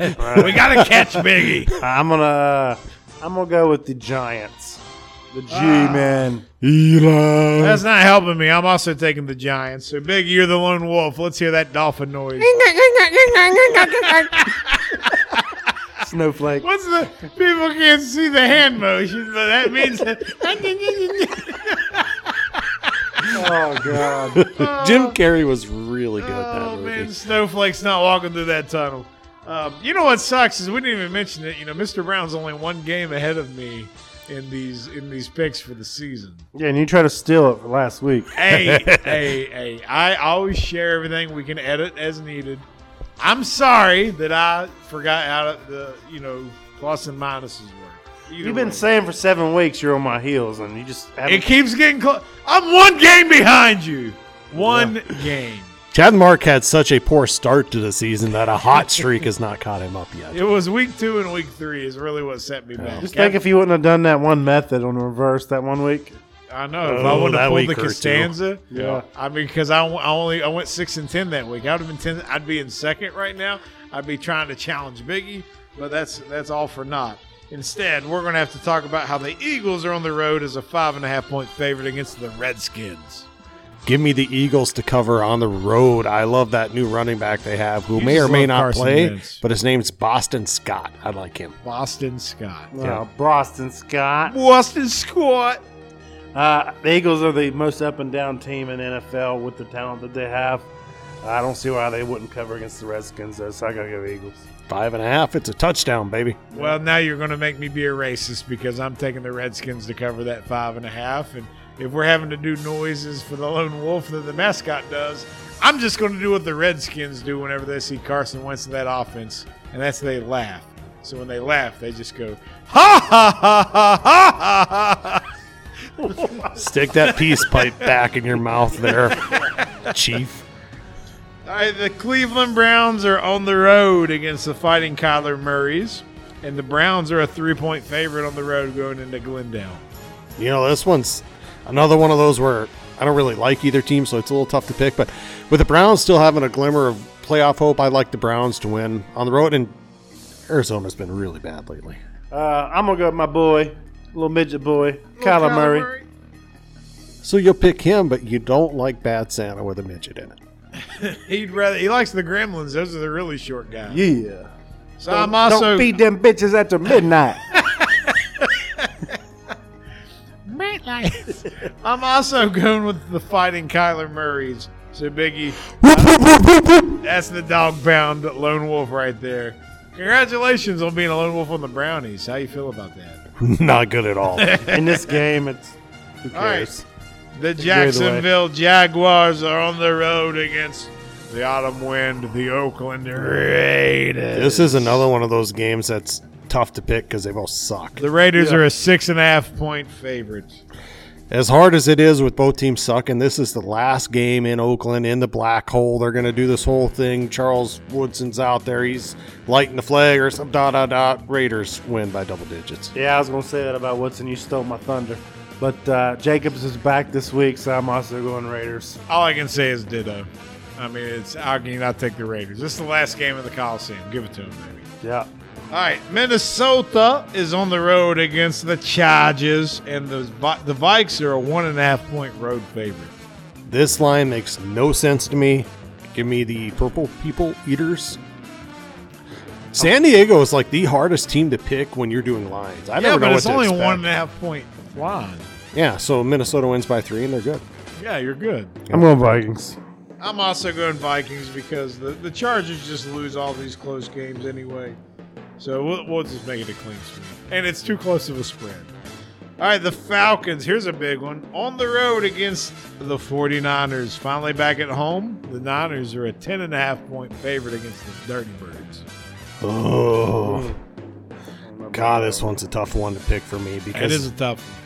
Speaker 1: we got to catch Biggie.
Speaker 2: I'm gonna I'm gonna go with the Giants. The G
Speaker 1: Ah.
Speaker 2: man.
Speaker 3: Eli.
Speaker 1: That's not helping me. I'm also taking the Giants. So, Big, you're the lone wolf. Let's hear that dolphin noise.
Speaker 2: Snowflake.
Speaker 1: What's the people can't see the hand motion, but that means
Speaker 2: Oh god.
Speaker 3: Jim Carrey was really good in that
Speaker 1: oh
Speaker 3: movie.
Speaker 1: man, Snowflake's not walking through that tunnel. Um, you know what sucks is we didn't even mention it. You know, Mr. Brown's only one game ahead of me in these in these picks for the season.
Speaker 2: yeah, and you try to steal it for last week.
Speaker 1: hey, hey, hey! I always share everything we can edit as needed. I'm sorry that I forgot how the you know plus and minuses work. Either
Speaker 2: You've been
Speaker 1: way.
Speaker 2: saying for seven weeks you're on my heels, and you just
Speaker 1: It
Speaker 2: haven't.
Speaker 1: keeps getting close. I'm one game behind you. One game.
Speaker 3: Chad Mark had such a poor start to the season that a hot streak has not caught him up yet.
Speaker 1: It was week two and week three is really what set me back.
Speaker 2: just think if you wouldn't have done that one method on reverse that one week.
Speaker 1: I know. if
Speaker 3: Oh,
Speaker 1: I wouldn't
Speaker 3: that
Speaker 1: have pulled
Speaker 3: week
Speaker 1: the
Speaker 3: hurt too.
Speaker 1: Costanza,
Speaker 2: Yeah.
Speaker 1: I mean, because I, w- I only I went six and ten that week. I would have been ten. I'd be in second right now. I'd be trying to challenge Biggie, but that's that's all for naught. Instead, we're going to have to talk about how the Eagles are on the road as a five and a half point favorite against the Redskins.
Speaker 3: Give me the Eagles to cover on the road. I love that new running back they have who
Speaker 1: You
Speaker 3: may
Speaker 1: just
Speaker 3: or may
Speaker 1: love
Speaker 3: not
Speaker 1: Carson
Speaker 3: play,
Speaker 1: Wentz.
Speaker 3: but his name's Boston Scott. I like him.
Speaker 1: Boston Scott.
Speaker 2: Oh, Boston Scott.
Speaker 1: Boston Scott.
Speaker 2: Uh, the Eagles are the most up and down team in NFL with the talent that they have. I don't see why they wouldn't cover against the Redskins, though, so I gotta go Eagles.
Speaker 3: Five and a half. It's a touchdown, baby.
Speaker 1: Well, now you're going to make me be a racist because I'm taking the Redskins to cover that five and a half. And if we're having to do noises for the lone wolf that the mascot does, I'm just going to do what the Redskins do whenever they see Carson Wentz in that offense, and that's they laugh. So when they laugh, they just go, ha ha ha ha ha ha. ha.
Speaker 3: Stick that peace pipe back in your mouth there, Chief.
Speaker 1: All right, the Cleveland Browns are on the road against the Fighting Kyler Murrays, and the Browns are a three-point favorite on the road going into Glendale.
Speaker 3: You know, this one's another one of those where I don't really like either team, so it's a little tough to pick. But with the Browns still having a glimmer of playoff hope, I like the Browns to win on the road. And Arizona's been really bad lately.
Speaker 2: Uh, I'm gonna go with my boy, little midget boy, Kyler, Murray.
Speaker 3: So you'll pick him, but you don't like Bad Santa with a midget in it.
Speaker 1: He'd rather he likes the Gremlins. Those are the really short guys.
Speaker 2: Yeah.
Speaker 1: so I'm also
Speaker 2: don't feed them bitches after midnight.
Speaker 1: I'm also going with the fighting Kyler Murray's. So Biggie, that's the dog pound lone wolf right there. Congratulations on being a lone wolf on the Brownies. How you feel about that?
Speaker 3: Not good at all.
Speaker 2: In this game, it's who
Speaker 1: All right.
Speaker 2: cares?
Speaker 1: The Jacksonville Jaguars are on the road against the autumn wind, the Oakland Raiders.
Speaker 3: this is another one of those games that's tough to pick because they both suck.
Speaker 1: The Raiders are a six and a half point favorite.
Speaker 3: As hard as it is with both teams sucking, this is the last game in Oakland in the black hole. They're going to do this whole thing. Charles Woodson's out there. He's lighting the flag or some dot dot dot. Raiders win by double digits.
Speaker 2: Yeah, I was gonna say that about Woodson. You stole my thunder. But uh, Jacobs is back this week, so I'm also going Raiders.
Speaker 1: All I can say is ditto. I mean, it's how can you not take the Raiders? This is the last game of the Coliseum. Give it to them, baby.
Speaker 2: Yeah.
Speaker 1: All right, Minnesota is on the road against the Chargers, and the Vi- the Vikes are a one and a half point road favorite.
Speaker 3: This line makes no sense to me. Give me the purple people eaters. San Diego is like the hardest team to pick when you're doing lines. I
Speaker 1: yeah,
Speaker 3: never know
Speaker 1: but
Speaker 3: what
Speaker 1: it's
Speaker 3: to
Speaker 1: only
Speaker 3: expect.
Speaker 1: one and a half point line.
Speaker 3: Yeah, so Minnesota wins by three and they're good.
Speaker 1: Yeah, you're good.
Speaker 2: I'm going Vikings.
Speaker 1: I'm also going Vikings because the, the Chargers just lose all these close games anyway. So we'll, we'll just make it a clean sweep. And it's too close of a spread. All right, the Falcons. Here's a big one. On the road against the 49ers. Finally back at home. The Niners are a 10.5 point favorite against the Dirty Birds.
Speaker 3: Oh. God, this one's a tough one to pick for me
Speaker 1: It
Speaker 3: because
Speaker 1: is a tough one.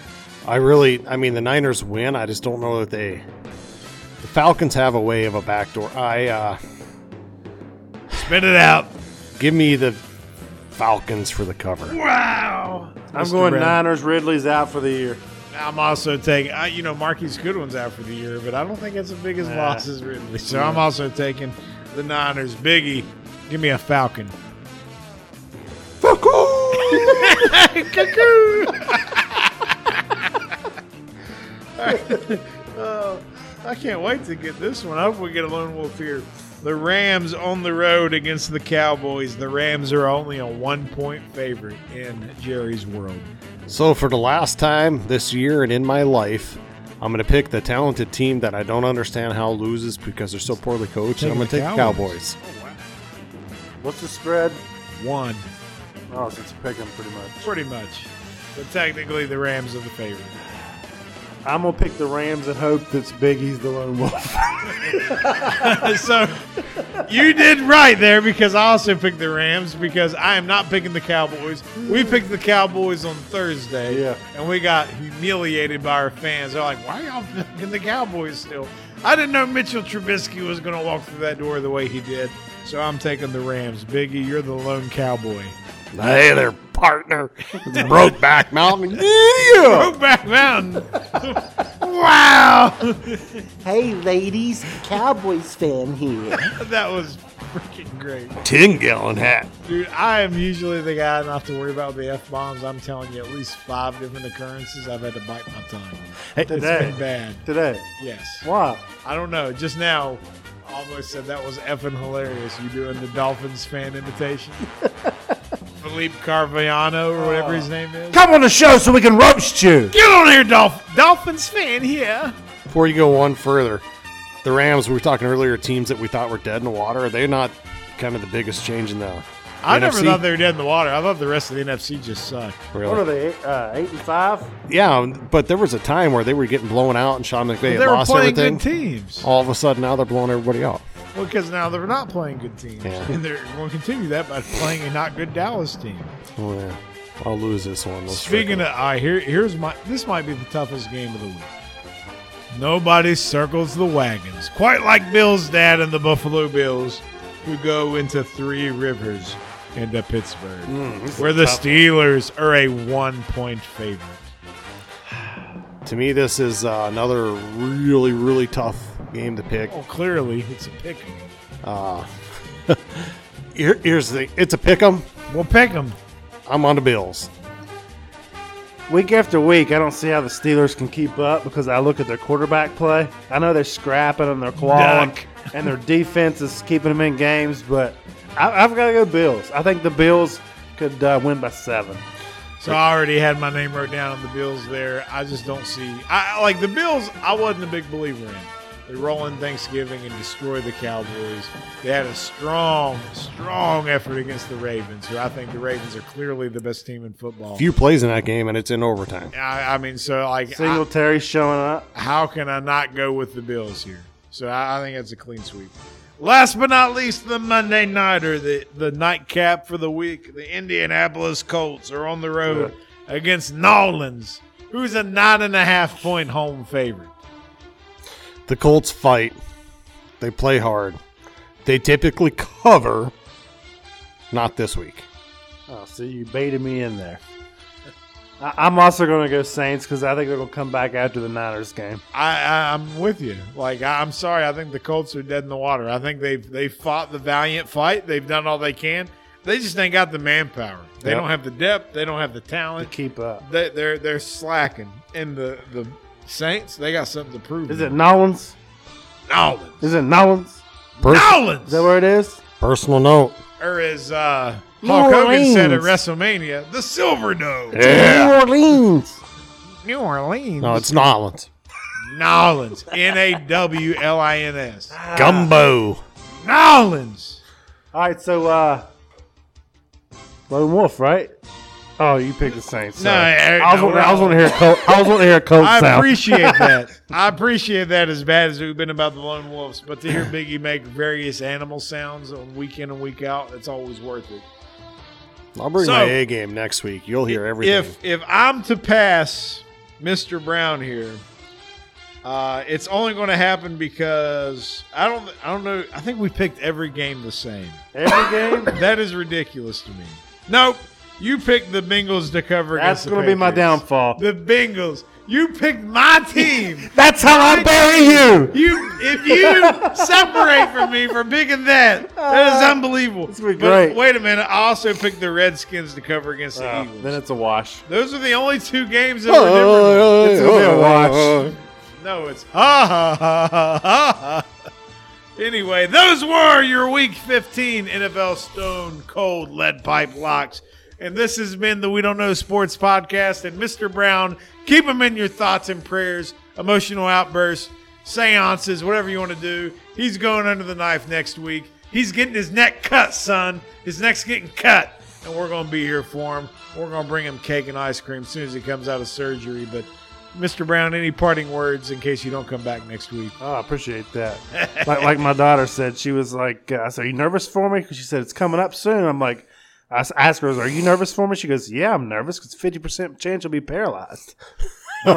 Speaker 3: I really, I mean, the Niners win. I just don't know that they. The Falcons have a way of a backdoor. I uh,
Speaker 1: Spit it out.
Speaker 3: give me the Falcons for the cover.
Speaker 1: Wow.
Speaker 2: I'm going
Speaker 1: Red.
Speaker 2: Niners. Ridley's out for the year.
Speaker 1: I'm also taking, I, you know, Marquise Goodwin's out for the year, but I don't think that's the biggest
Speaker 2: Nah.
Speaker 1: loss as Ridley. So I'm also taking the Niners. Biggie, give me a Falcon. Cuckoo! Oh, I can't wait to get this one. I hope we get a lone wolf here. The Rams on the road against the Cowboys. The Rams are only a one point favorite in Jerry's world.
Speaker 3: So, for the last time this year and in my life, I'm going to pick the talented team that I don't understand how loses because they're so poorly coached. and I'm going to
Speaker 1: Taking
Speaker 3: take
Speaker 1: the
Speaker 3: the Cowboys.
Speaker 2: What's the spread?
Speaker 1: One,
Speaker 2: Oh, so it's a pick 'em pretty much.
Speaker 1: pretty much. But technically, the Rams are the favorite.
Speaker 2: I'm gonna pick the Rams and hope that's Biggie's the lone wolf.
Speaker 1: so you did right there because I also picked the Rams because I am not picking the Cowboys. We picked the Cowboys on Thursday.
Speaker 2: Yeah.
Speaker 1: And we got humiliated by our fans. They're like, why are y'all picking the Cowboys still? I didn't know Mitchell Trubisky was going to walk through that door the way he did. So I'm taking the Rams. Biggie, you're the lone cowboy.
Speaker 3: Hey there, partner. It's broke back mountain. Yeah.
Speaker 1: Brokeback Mountain. wow.
Speaker 5: Hey, ladies, Cowboys fan here.
Speaker 1: that was freaking great.
Speaker 3: 10 gallon hat.
Speaker 1: Dude, I am usually the guy not to worry about the f bombs. I'm telling you, at least five different occurrences I've had to bite my tongue. It's
Speaker 2: today.
Speaker 1: been bad.
Speaker 2: Today.
Speaker 1: Yes.
Speaker 2: Why?
Speaker 1: I don't know. Just now, I almost said that was effing hilarious. You doing the Dolphins fan imitation? Philippe Carviano or whatever his name is.
Speaker 2: Come on the show so we can roast you.
Speaker 1: Get on here, Dolph- Dolphins fan here.
Speaker 3: Before you go one further, the Rams, we were talking earlier, teams that we thought were dead in the water, they're not kind of the biggest change in the.
Speaker 1: I never
Speaker 3: NFC?
Speaker 1: thought they were dead in the water. I thought the rest of the NFC just sucked.
Speaker 3: Really.
Speaker 2: What are they? eight- Uh, eight and five.
Speaker 3: Yeah, but there was a time where they were getting blown out and Sean McVay
Speaker 1: They
Speaker 3: had
Speaker 1: were
Speaker 3: lost
Speaker 1: playing
Speaker 3: everything.
Speaker 1: good teams.
Speaker 3: All of a sudden, now they're blowing everybody out.
Speaker 1: Well, because now they're not playing good teams,
Speaker 3: Yeah.
Speaker 1: and they're going to continue that by playing a not good Dallas team.
Speaker 3: Oh, yeah. I'll lose this one. Let's
Speaker 1: Speaking of, all right, here, here's my. This might be the toughest game of the week. Nobody circles the wagons quite like Bill's dad and the Buffalo Bills, who go into Three Rivers into Pittsburgh, where the Steelers are a one-point favorite.
Speaker 3: to me, this is uh, another really, really tough game to pick.
Speaker 1: Well, clearly it's a pick 'em.
Speaker 3: Uh, here, here's the it's a pick 'em.
Speaker 1: We'll pick 'em.
Speaker 3: I'm on the Bills.
Speaker 2: Week after week, I don't see how the Steelers can keep up because I look at their quarterback play. I know they're scrapping and they're clawing,
Speaker 1: Duck.
Speaker 2: and their defense is keeping them in games. But I, I've got to go Bills. I think the Bills could uh, win by seven.
Speaker 1: So I already had my name wrote down on the Bills there. I just don't see. I I- like the Bills. I wasn't a big believer in. They roll in Thanksgiving and destroy the Cowboys. They had a strong, strong effort against the Ravens, who I think the Ravens are clearly the best team in football.
Speaker 3: Few plays in that game, and it's in overtime.
Speaker 1: I, I mean, so like, I,
Speaker 2: Singletary showing up.
Speaker 1: how can I not go with the Bills here? So I, I think that's a clean sweep. Last but not least, the Monday nighter, the the nightcap for the week. The Indianapolis Colts are on the road against Nolans, who's a nine and a half point home favorite.
Speaker 3: The Colts fight. They play hard. They typically cover. Not this week.
Speaker 2: Oh, so you baited me in there. I, I'm also going to go Saints because I think they're going to come back after the Niners game.
Speaker 1: I, I I'm with you. Like I, I'm sorry, I think the Colts are dead in the water. I think they've they fought the valiant fight. They've done all they can. They just ain't got the manpower. They
Speaker 3: Yep.
Speaker 1: don't have the depth. They don't have the
Speaker 2: To
Speaker 1: talent.
Speaker 2: keep up.
Speaker 1: they, they're they're slacking. And the the Saints, they got something to prove.
Speaker 2: Is it Nolans?
Speaker 1: Nolans?
Speaker 2: Is it Nolans?
Speaker 3: Pers-
Speaker 1: Nolans?
Speaker 2: Is that where it is?
Speaker 3: Personal note.
Speaker 1: or as uh,
Speaker 5: New
Speaker 1: Hulk Hogan said at
Speaker 5: Orleans.
Speaker 1: WrestleMania, the Silver Dome,
Speaker 5: New Orleans.
Speaker 1: New Orleans.
Speaker 3: No, it's Nolans.
Speaker 1: Nolans. N a w l i n s.
Speaker 2: Ah.
Speaker 3: Gumbo.
Speaker 1: Nolans.
Speaker 2: All right, so uh, Lone Wolf, right? Oh, you picked the Saints.
Speaker 1: No,
Speaker 2: sorry.
Speaker 1: I-
Speaker 2: I was,
Speaker 1: no,
Speaker 2: wanting- I was
Speaker 1: no.
Speaker 2: want to hear. a Col- I was want to hear a Colts
Speaker 1: I
Speaker 2: sound.
Speaker 1: appreciate that. I appreciate that as bad as we've been about the lone wolves, but to hear Biggie make various animal sounds on week in and week out, it's always worth it.
Speaker 3: I'll bring
Speaker 1: So-
Speaker 3: my A game next week. You'll hear everything.
Speaker 1: If if I'm to pass Mr. Brown here, uh, it's only going to happen because I don't I don't know. I think we picked every game the same.
Speaker 2: Every game.
Speaker 1: That is ridiculous to me. Nope. You picked the Bengals to cover.
Speaker 2: That's
Speaker 1: against the
Speaker 2: going to be my
Speaker 1: Patriots.
Speaker 2: downfall.
Speaker 1: The Bengals. You picked my team.
Speaker 3: That's how I bury you.
Speaker 1: You, if you separate from me for picking that, that is unbelievable.
Speaker 2: gonna Uh, be
Speaker 1: But
Speaker 2: great. Oh,
Speaker 1: wait a minute, I also picked the Redskins to cover against the Eagles.
Speaker 6: Then it's a wash.
Speaker 1: Those are the only two games that were different.
Speaker 2: It's gonna be a watch.
Speaker 1: No, it's ha ha ha ha ha. ha. Anyway, those were your Week 15 NFL Stone Cold Lead Pipe Locks. And this has been the We Don't Know Sports Podcast. And Mr. Brown, keep them in your thoughts and prayers, emotional outbursts, seances, whatever you want to do. He's going under the knife next week. He's getting his neck cut, son. His neck's getting cut. And we're going to be here for him. We're going to bring him cake and ice cream as soon as he comes out of surgery. But Mr. Brown, any parting words in case you don't come back next week?
Speaker 2: Oh, I appreciate that. like, like my daughter said, she was like, uh, I said, Are you nervous for me? Because she said, It's coming up soon. I'm like, I s- asked her, Are you nervous for me? She goes, Yeah, I'm nervous because 50% chance you'll be paralyzed.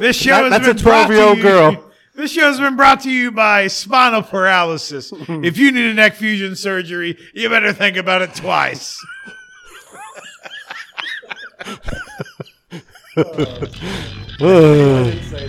Speaker 1: This show
Speaker 3: That-
Speaker 1: has
Speaker 3: that's a
Speaker 1: been brought to
Speaker 3: 12-year-old
Speaker 1: you-
Speaker 3: girl.
Speaker 1: This show has been brought to you by spinal paralysis. if you need a neck fusion surgery, you better think about it twice.
Speaker 3: Ugh.